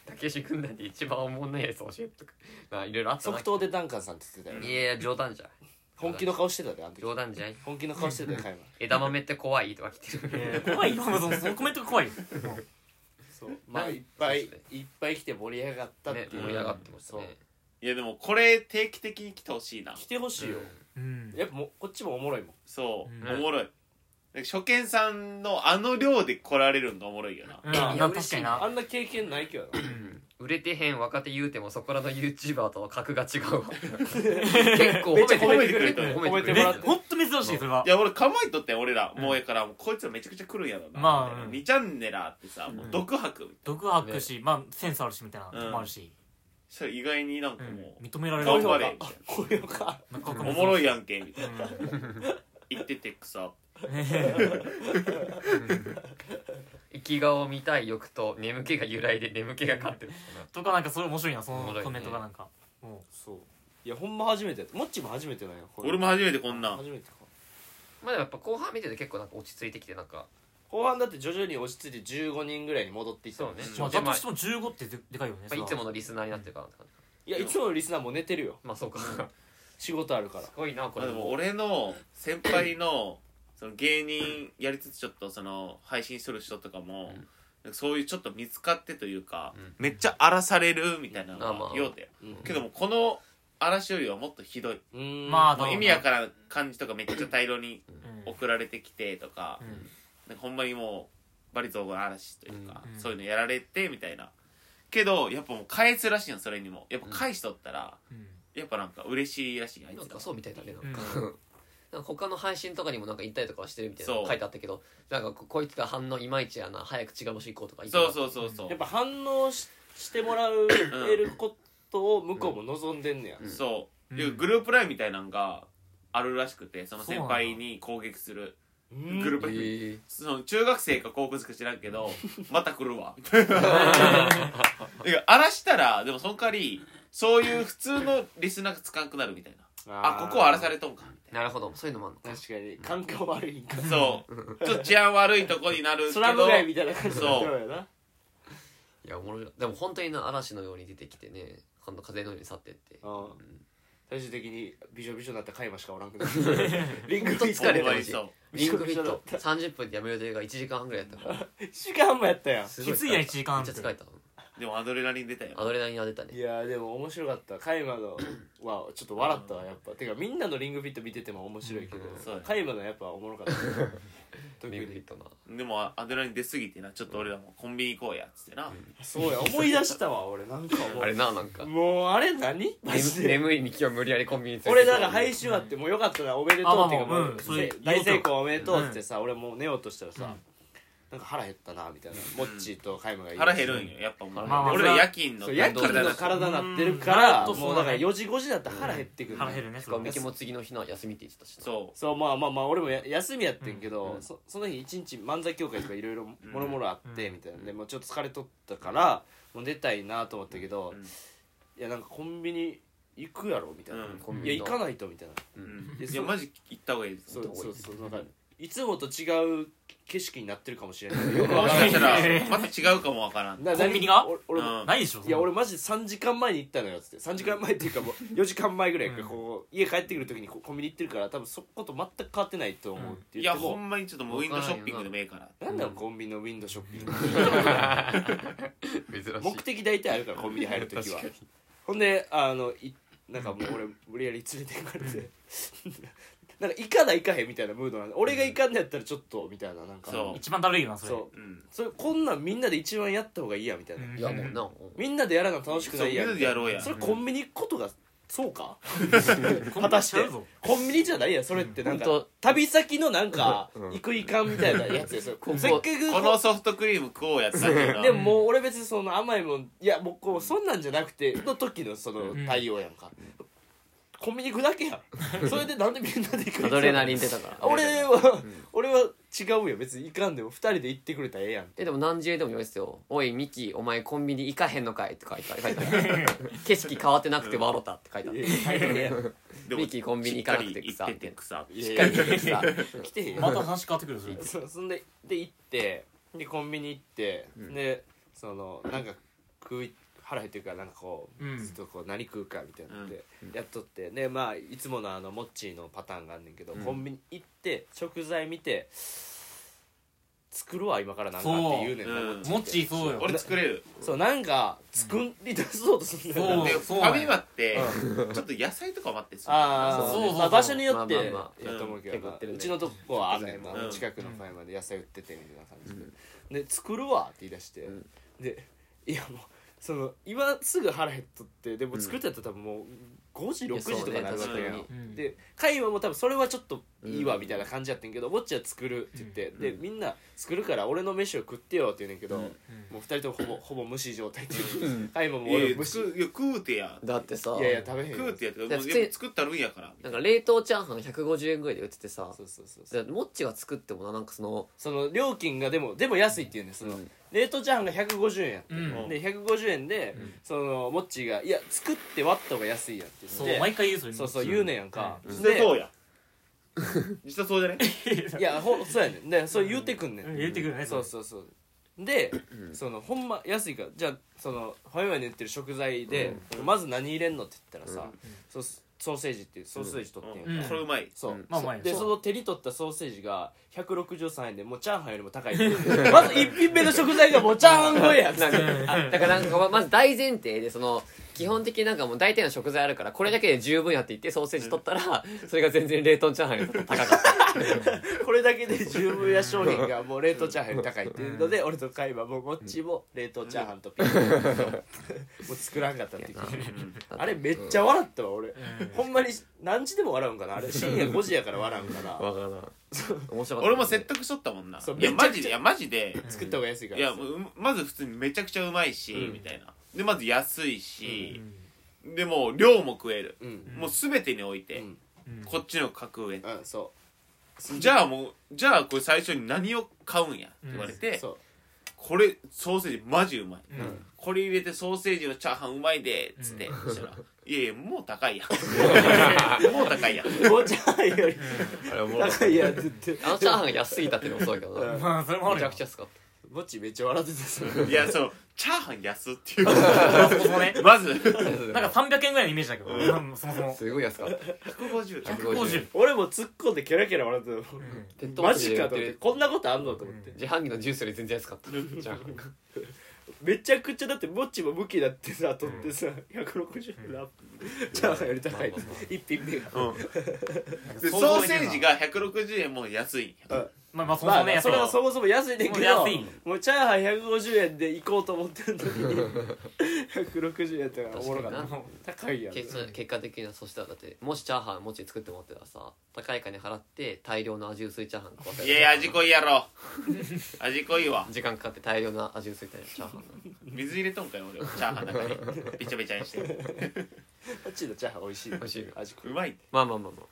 Speaker 4: たけし軍団で一番おもんないやつ教えてとか *laughs* まあいろいろあったな
Speaker 1: 即答でダンカンさんって言ってたよ
Speaker 4: い
Speaker 1: ね
Speaker 4: やいや冗談じゃ
Speaker 1: 本気の顔してたであの時
Speaker 4: 冗談じゃい
Speaker 1: 本気の顔してたよカイム
Speaker 4: 枝豆って怖いとか来
Speaker 3: *laughs*
Speaker 4: てる
Speaker 3: えー怖いよそのそのコメントが怖いよ
Speaker 1: そうまあ
Speaker 4: なん
Speaker 1: いっぱい
Speaker 4: そうです
Speaker 1: いっぱい来て盛り上がったってい
Speaker 4: ね
Speaker 1: う、
Speaker 4: 盛り上がってました
Speaker 1: そ
Speaker 4: ね
Speaker 1: う
Speaker 2: いやでもこれ定期的に来てほしいな
Speaker 1: 来てほしいよ、
Speaker 3: うん
Speaker 1: やっぱもうこっちもおもろいもん
Speaker 2: そう、
Speaker 3: うん
Speaker 2: おもろい初見さんのあの量で来られるのがおもろいよな、
Speaker 3: うん
Speaker 1: いや
Speaker 3: いや
Speaker 1: 嬉
Speaker 3: 確
Speaker 1: し
Speaker 3: か
Speaker 1: い
Speaker 3: に
Speaker 1: なあ
Speaker 3: なん
Speaker 1: な経験ないけどな
Speaker 4: 売れてへん若手言うてもそこらの YouTuber とは格が違うわ結構褒めてく
Speaker 1: 褒め
Speaker 2: めっちゃ
Speaker 4: れてる
Speaker 1: てくれてる
Speaker 4: 褒めてく
Speaker 3: め
Speaker 4: れ
Speaker 1: もらっ
Speaker 4: てる
Speaker 1: て
Speaker 3: ほんと珍しいそれはい
Speaker 2: や俺構えとってん俺ら、
Speaker 3: うん
Speaker 2: もうやからこいつらめちゃくちゃ来るんやろな、
Speaker 3: まあうん
Speaker 2: 2チャンネラーってさ、もう独白みたいな
Speaker 3: 独白しまあセンスあるしみたいな
Speaker 2: うん
Speaker 3: とこもあるし
Speaker 2: それ意外になんかも
Speaker 3: 認めら
Speaker 2: う、
Speaker 3: れ
Speaker 2: 頑
Speaker 3: る
Speaker 2: 張れみ
Speaker 1: こういうのか
Speaker 3: なんか
Speaker 2: たいなおもろ
Speaker 3: い
Speaker 2: いやんけみたいな言っててくさ
Speaker 4: 生き顔見たい欲と眠気が由来で眠気が勝ってる
Speaker 3: *laughs* とかなんかそれ面白いなそ
Speaker 4: おもろ
Speaker 3: の
Speaker 4: いね
Speaker 3: コメントがなんかも
Speaker 1: そういやほんま初めてやったもっちも初めてなんよこれ
Speaker 2: 俺も初めてこんなん
Speaker 1: 初めてか
Speaker 4: まあでもやっぱ後半見てて結構なんか落ち着いてきてなんか
Speaker 1: 後半だって徐々に落ち着いて15人ぐらいに戻っていったもん
Speaker 4: そうね
Speaker 3: うまあ
Speaker 4: で
Speaker 3: だ
Speaker 4: ま
Speaker 3: と
Speaker 4: あ
Speaker 3: しても15ってででかいよね
Speaker 4: やっぱいつものリスナーになってるからなんか
Speaker 1: いやいつものリスナーもう寝てるよ
Speaker 4: まあそうかす
Speaker 1: 仕事あるから
Speaker 4: ごいなこ
Speaker 2: まあ
Speaker 4: れ
Speaker 2: でも俺の先輩の *clears throat* その芸人やりつつちょっとその配信する人とかも、
Speaker 4: うん
Speaker 2: なんかそういうちょっと見つかってというか、
Speaker 4: うん
Speaker 2: めっちゃ荒らされるみたいなの
Speaker 4: あま
Speaker 2: が
Speaker 4: あ
Speaker 2: ようで、
Speaker 1: うん
Speaker 2: けどもこの嵐よりはもっとひどい、
Speaker 1: うーん
Speaker 3: まあ
Speaker 2: もう意味わからん感じとかめっちゃ大量に
Speaker 3: うん
Speaker 2: 送られてきてとか,、
Speaker 3: うん
Speaker 2: なんかほんまにもうバリ雑言嵐というか、
Speaker 3: うん
Speaker 2: そういうのやられてみたいなけどやっぱもう返すらしいのそれにもやっぱ返しとったら、
Speaker 3: うん
Speaker 2: やっぱなんか嬉しいらしいよあい
Speaker 4: なん
Speaker 2: つ
Speaker 4: か
Speaker 2: が
Speaker 4: そうみたいだねなんか
Speaker 3: う
Speaker 4: なんか他の配信とかにもなんか行ったりとかはしてるみたいな
Speaker 2: そ
Speaker 4: の
Speaker 2: う
Speaker 4: 書いてあったけどなんかここいつが反応いまいちやな早く違う場所行こうとか言って
Speaker 2: そうそうそうそう、
Speaker 1: やっぱ反応ししてもらうえることを向こうも望んでんねや、
Speaker 4: うん
Speaker 2: そう、
Speaker 3: うん
Speaker 2: いうグループラインみたいなのがあるらしくてその
Speaker 3: そう
Speaker 2: 先
Speaker 3: なんだ
Speaker 2: 輩に攻撃する
Speaker 1: うん
Speaker 2: グループライン、
Speaker 4: え
Speaker 2: その中学生か高校生か知らん
Speaker 1: *laughs*
Speaker 2: けどまた来るわみたいないや荒らしたらでもその代わりそういう普通のリスナーがつかんくなるみたいなあここは荒らされとんかみたい
Speaker 4: なるほどそういうのもあんのか
Speaker 1: 確かに環境悪いんか
Speaker 2: なそうちょっと治安悪いとこになるけ
Speaker 1: ス
Speaker 2: ど
Speaker 1: ラム街みたいな感じになってるわよない
Speaker 4: やおもろいなでも本当にな嵐のように出てきてね今度風のように去ってって
Speaker 1: うん
Speaker 4: ん
Speaker 1: 最終的にびしょびしょになった会話しかおらんく
Speaker 2: *laughs*
Speaker 1: なるリングフィット
Speaker 2: ほ
Speaker 4: 疲れて
Speaker 2: ん
Speaker 4: る
Speaker 2: まに
Speaker 4: し
Speaker 2: そう
Speaker 4: リングフィッ *laughs* ト30分でやめる予定が1時間半ぐらいやったから
Speaker 1: 1時間もやったやん
Speaker 4: すご
Speaker 3: きついやん
Speaker 4: 疲れた
Speaker 3: 一時間半
Speaker 4: めっちゃ疲れた
Speaker 2: でもアドレナリン出たよ
Speaker 4: アドレナリンが出たね
Speaker 1: いやーでも面白かったカイマのはちょっと笑ったわやっぱてかみんなのリングフィット見てても面白いけど
Speaker 4: うん
Speaker 2: そうや
Speaker 3: *laughs*
Speaker 1: カイマのやっぱおもろかった特
Speaker 4: 巡り
Speaker 1: に
Speaker 4: とな
Speaker 2: でもアドレナリン出すぎてなちょっと俺らもコンビニ行こうやっつってな、
Speaker 1: そうや思い出したわ俺なんかも
Speaker 4: あれななんか
Speaker 1: うもうあれ何マジで
Speaker 4: 眠眠いに今日無理やりコンビニ連れて
Speaker 1: 俺だから配信終わってもうよかったなおめでとうっていうか
Speaker 3: あまあまあ
Speaker 1: もう
Speaker 3: うんそういう
Speaker 1: 大成功おめでとうってさ俺もう寝ようとしたらさなんか腹減ったなみたいなモッチーとカイムが言う
Speaker 2: 腹減るんよやっぱもう、
Speaker 3: まあまあ
Speaker 2: 俺ら夜勤の
Speaker 1: そう夜勤の体なってるから
Speaker 3: うん
Speaker 1: もうだから4時5時だったら腹減ってくる
Speaker 3: 腹減るね
Speaker 4: しかも
Speaker 3: それ
Speaker 4: ミキも次の日の休みって言ってたしな
Speaker 2: そ
Speaker 1: そうまあまあまあ俺もや休みやってんけど、
Speaker 4: うん
Speaker 1: そその日一日漫才協会とかいろいろもろもろあって
Speaker 3: うん
Speaker 1: みたいなでもうちょっと疲れとったからもう出たいなと思ったけど、
Speaker 2: うん
Speaker 1: いやなんかコンビニ行くやろみたいな、
Speaker 2: うん
Speaker 4: コン
Speaker 1: い
Speaker 4: ビ
Speaker 1: や
Speaker 4: ニ
Speaker 1: 行
Speaker 4: の
Speaker 1: かないとみたいな
Speaker 2: う、うん
Speaker 1: いや
Speaker 2: いやマジ行った方がいいです
Speaker 1: そ
Speaker 2: も
Speaker 1: う
Speaker 4: どこ
Speaker 1: そう
Speaker 4: 行く
Speaker 1: そうなんかいつもと違う景色になってるかもしれないよくわ
Speaker 2: し *laughs*
Speaker 1: から
Speaker 2: か
Speaker 1: ん
Speaker 2: したらまた違うかもわからん
Speaker 1: な
Speaker 3: コンビニが
Speaker 1: 俺俺
Speaker 2: うん
Speaker 3: ないでしょ
Speaker 1: いや俺マジで3時間前に行ったのよっつって3時間前っていうかもう4時間前ぐらいか、
Speaker 3: うん
Speaker 1: こう家帰ってくる時にこうコンビニ行ってるから多分そこと全く変わってないと思うって言
Speaker 2: いや
Speaker 1: っても、
Speaker 2: ほんまにちょっともうウィンドウショッピングでもええから
Speaker 1: なんだよコンビニのウィンドウショッピ
Speaker 2: *laughs*
Speaker 1: ング
Speaker 4: 珍しい
Speaker 1: 目的大体あるからコンビニ入るときはほんであのいなんかもう俺無理やり連れて行かれて *laughs* なんか行かない行かへんみたいなムードなんで俺が行かんのやったらちょっとみたいななんか
Speaker 2: そう
Speaker 3: 一番だるいよなそれ
Speaker 1: そう
Speaker 2: うん
Speaker 1: それこんなんみんなで一番やった方がいいやみたいな、
Speaker 3: うん
Speaker 4: いやもう
Speaker 1: *laughs*
Speaker 4: なうん
Speaker 1: みんなでやらな楽しくないや
Speaker 2: そう
Speaker 1: みた
Speaker 2: みんなで
Speaker 1: い
Speaker 2: やろうや
Speaker 1: それコンビニ行くことがそうか
Speaker 3: コンビニ
Speaker 1: 果たして
Speaker 3: ちゃうぞ
Speaker 1: コンビニじゃないやそれってなんか、
Speaker 4: うんほんと
Speaker 1: 旅先のなんか
Speaker 4: うん
Speaker 1: 行くいかんみたいなやつですよ
Speaker 4: こ
Speaker 1: せっかく
Speaker 2: このソフトクリームこうやったんだけど
Speaker 1: でももう俺別にその甘いもんいやもうこうそんなんじゃなくての時のその対応やんか、コンビニ行くだけやんそれでなんでみんなで行くん
Speaker 4: アドレナリン出たから
Speaker 1: *laughs* 俺は、俺は違うよ別に行かんでも二人で行ってくれたらええやん
Speaker 4: えでも何時でも言われてたよ「おいミキお前コンビニ行かへんのかい」って書いてある
Speaker 1: *laughs*
Speaker 4: 書いてある景色変わってなくて笑ったって書いてあ
Speaker 1: い
Speaker 4: る
Speaker 1: や最高やん
Speaker 2: でも
Speaker 4: ミキコンビニ行かなくて
Speaker 2: しっかり行ってて草
Speaker 1: いやいやいや
Speaker 4: さ
Speaker 1: 来てへんやん
Speaker 3: また話変わってくるよそれ
Speaker 1: そうそんでで行ってでコンビニ行って、でそのなんか食い腹減ってるからなんかこう、
Speaker 3: うん
Speaker 1: ずっとこう何食うかみたいなのでやっとって、でまあいつものあのモッチーのパターンがあんねんけど、コンビニ行って食材見て作るわ今からなんかって言うねんな
Speaker 2: そううん
Speaker 3: モッチーそうよ
Speaker 2: 俺作れる
Speaker 1: そうなんか作り出そうとするんだよな、
Speaker 3: そう
Speaker 2: でフ
Speaker 3: そう
Speaker 2: ァミマってちょっと野菜とか待ってそう
Speaker 1: ああ
Speaker 4: そう
Speaker 1: そう
Speaker 3: そう
Speaker 1: まあ、場所によって
Speaker 4: まあま
Speaker 2: あまあ
Speaker 1: やと思うけ
Speaker 4: う
Speaker 1: ど
Speaker 4: ん結構
Speaker 1: な、
Speaker 4: 売ってる
Speaker 1: う
Speaker 4: ね
Speaker 1: ちのとこはあんねんな、
Speaker 2: うん
Speaker 1: 近くのパイまで野菜売っててみたいな感じで、で作るわって言い出して、
Speaker 4: ん
Speaker 1: でいやもうその今すぐ腹減っとってでも作るってやったら多分もう5時6時とかなるわけや
Speaker 4: いやそうね確
Speaker 1: ん
Speaker 4: か
Speaker 3: うん
Speaker 1: で会話も多分それはちょっといいわみたいな感じやってんけど「ぼっちは作る」って言って、でみんな「作るから俺の飯を食ってよ」って言うねんけど、もう2人ともほぼほぼ無視状態で会話も
Speaker 2: いやい
Speaker 1: 俺
Speaker 2: や
Speaker 1: も無視
Speaker 2: 食ういや食うてや
Speaker 4: だってさ
Speaker 1: いやいや食べへんよ
Speaker 2: 食うてやって
Speaker 4: いや
Speaker 2: もう
Speaker 4: 普通に
Speaker 2: やっぱ作ったるんやから
Speaker 4: なんか冷凍チャーハン150円ぐらいで売っててさ
Speaker 1: そうそうそうそう
Speaker 4: だってモッチが作ってもななんかその
Speaker 1: その料金がでもでも安いっていうんですその、
Speaker 4: うん
Speaker 1: 冷凍チャーハンが150円やって、
Speaker 3: うん
Speaker 1: で150円で、そのモッチーが「いや作って割った方が安いや」って
Speaker 3: そ
Speaker 1: 言
Speaker 3: う
Speaker 1: って
Speaker 3: 毎回言うそれ
Speaker 1: そうそう言うねんやんか、
Speaker 2: 実
Speaker 1: で
Speaker 2: 際そうや実際そうじゃね
Speaker 1: いやほそうやねんでそう言うてくんねん、
Speaker 3: うん言ってくるね
Speaker 1: そう
Speaker 3: れ
Speaker 1: そうそうで、そのほんま安いからじゃあそのファミマに売ってる食材で、まず何入れんのって言ったらさ、そうソーセージっていうソーセージ取ってんやんか、
Speaker 3: うん
Speaker 2: これうまい
Speaker 1: そう、
Speaker 4: うん
Speaker 3: まあまあいい
Speaker 1: で
Speaker 3: そう
Speaker 1: その手に取ったソーセージが163円でもうチャーハンよりも高 *laughs* いまず一品目の食材がもうチャーハン超え *laughs* やつって
Speaker 4: あだからなんかままず大前提でその基本的になんかもう大体の食材あるからこれだけで十分やって言ってソーセージ取ったらそれが全然冷凍チャーハンより高かった
Speaker 1: これだけで十分や商品がもう冷凍チャーハンより高いっていうので俺とカイはもうこっちも冷凍チャーハンとピザもう作らんかったっていうあれめっちゃ笑ったわ俺ほんまに何時でも笑うんか *laughs* なあれ深夜5時やから笑うんかな
Speaker 4: わからん面白かった
Speaker 2: 俺も説得しとったもんな
Speaker 1: そう
Speaker 2: いや
Speaker 1: めちゃ
Speaker 2: マ
Speaker 1: くちゃ
Speaker 2: ジでいやマジで
Speaker 1: 作った方が安いか
Speaker 2: い
Speaker 1: ら
Speaker 2: やうまず普通にめちゃくちゃうまいし、みたいなでまず安いし、でもう量も食える、
Speaker 1: うん
Speaker 2: もう全てにおいて、
Speaker 1: うん
Speaker 2: こっちの格上、
Speaker 1: うんそ
Speaker 2: じゃあもうじゃあこれ最初に何を買うんやって言われ
Speaker 1: う
Speaker 2: て、
Speaker 1: そう
Speaker 2: これソーセージマジうまい、
Speaker 3: ん
Speaker 2: これ入れてソーセージのチャーハンうまいでっつって、そしたら「いやいやもう高いやんもう高いやん」
Speaker 1: もうチャーハンより
Speaker 4: あれおもろかっ
Speaker 1: 高いやつって
Speaker 4: たあのチャーハンが安すぎたっていうのもそうだけど
Speaker 1: う
Speaker 4: な
Speaker 3: まあそれもあ
Speaker 4: め
Speaker 3: る
Speaker 4: ち
Speaker 3: よ
Speaker 4: ゃくちゃ安かった
Speaker 1: ぼっちめっちゃ笑ってたそれ
Speaker 2: いやそうチャーハン安っていう *laughs*
Speaker 3: そもそもね
Speaker 2: まず
Speaker 3: *laughs* なんか300円ぐらいのイメージだけどうんそもそも
Speaker 4: すごい安かった
Speaker 2: 150
Speaker 4: 150
Speaker 3: 50
Speaker 1: 俺も突っ込んでキャラキャラ笑ってたもん
Speaker 4: ペットボ
Speaker 1: マ
Speaker 4: トル
Speaker 1: ジ
Speaker 4: で売
Speaker 1: か
Speaker 4: っ
Speaker 1: と
Speaker 4: て
Speaker 1: 思って
Speaker 4: る
Speaker 1: こんなことあんのと思って
Speaker 4: 自販機のジュースより全然安かったじゃあ
Speaker 1: めちゃくちゃだってぼっちも武器だってさ取ってさ、160のラップチャーハンより高い、
Speaker 5: まあまあま
Speaker 1: 一品目が、
Speaker 2: でソーセージが160円も安いんや
Speaker 3: まあまあそも
Speaker 1: まあ
Speaker 3: そも
Speaker 1: ま
Speaker 3: ね
Speaker 1: あそれはそもそも安いねんけども
Speaker 3: もう
Speaker 1: う
Speaker 3: 安いん
Speaker 1: チャーハン150円で行こうと思ってる時に160円やったからおもろかった
Speaker 4: 確か
Speaker 1: 高いやん
Speaker 4: 結結果的にはそしたらだってもしチャーハンもち作ってもらってたらさ高い金払って大量の味薄いチャーハン食わせ
Speaker 2: いやいや味
Speaker 4: い
Speaker 2: 濃いやろ味濃いわ
Speaker 4: 時間かかって大量の味薄いチャーハン
Speaker 2: 水入れとんかよ俺チャーハンの中にびちゃびちゃにして
Speaker 1: こっちのチャーハン美味しいね
Speaker 4: 美味しいよ
Speaker 1: 味濃
Speaker 2: う
Speaker 1: い
Speaker 2: まいって
Speaker 4: まあまあまあまあ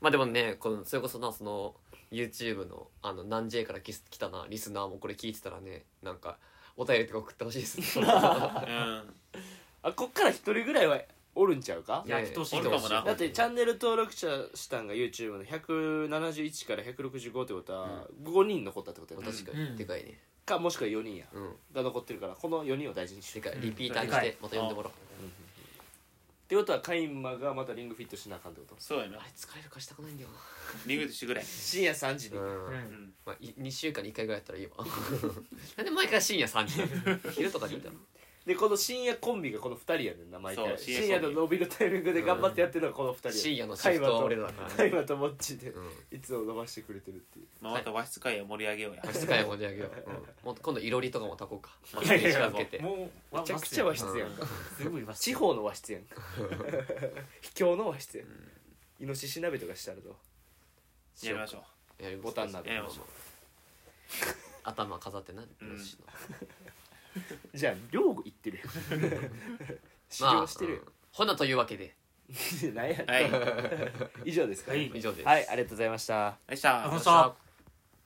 Speaker 4: まあでもねこのそれこそなその YouTube のあの南 J からき来たなリスナーもこれ聞いてたらねなんかお便りとか送ってほしいです
Speaker 2: うん
Speaker 4: ね
Speaker 1: あこっから一人ぐらいはおるんちゃうか
Speaker 3: いや来てほしい
Speaker 2: おるかもな
Speaker 1: だってチャンネル登録者したんが YouTube の171から165ってことは5人残ったってことやな
Speaker 4: 確かにでかいね
Speaker 1: かもしくは4人や
Speaker 4: うん
Speaker 1: が残ってるからこの4人を大事にして
Speaker 4: で
Speaker 1: い
Speaker 4: か
Speaker 1: く
Speaker 4: いリピーターにしてまた呼んでもらおう
Speaker 1: ってことはカインマがまたリングフィットしなあかんってこと
Speaker 2: そうやな
Speaker 4: あれ疲れるかしたくないんだよ
Speaker 2: リングとしてぐらい
Speaker 1: 深夜3時に
Speaker 4: なうん
Speaker 2: うん
Speaker 4: まあ、い2週間に1回ぐらいやったらいいわなんで毎回深夜3時なの昼とかでいいだろ
Speaker 1: でこの深夜コンビがこの2人やねんな毎
Speaker 2: そう
Speaker 1: 回
Speaker 2: 深夜
Speaker 1: 深夜の伸びのタイミングで頑張ってやってるのがこの2人や
Speaker 4: 深夜のシフトは俺らだから、
Speaker 1: カイマとモッチーで
Speaker 4: うん
Speaker 1: いつも伸ばしてくれてるっていう
Speaker 2: まあまた和室会を盛り上げようや
Speaker 4: 和室会盛り上げよう、うん、もっと今度いろりとかも炊こうかま
Speaker 1: いやいや
Speaker 4: 近づけて
Speaker 3: もう
Speaker 1: めちゃくちゃ和室やんか
Speaker 3: すごい和室
Speaker 1: 地方の和室やんか秘境の和室やんイノシシ鍋とかしたらどう
Speaker 2: やりましょう
Speaker 4: やり
Speaker 1: ボタン鍋
Speaker 2: やりましょう
Speaker 4: *laughs* 頭飾ってな、
Speaker 2: うん
Speaker 4: よしの
Speaker 1: じゃあ寮行ってるよ *laughs* 修行してるよ
Speaker 4: まあうんほなというわけで
Speaker 1: *laughs* 何やねん
Speaker 2: はい
Speaker 1: 以上ですか
Speaker 3: はい
Speaker 4: 以上です、
Speaker 1: はいありがとうございました
Speaker 2: よっしゃ
Speaker 3: あそう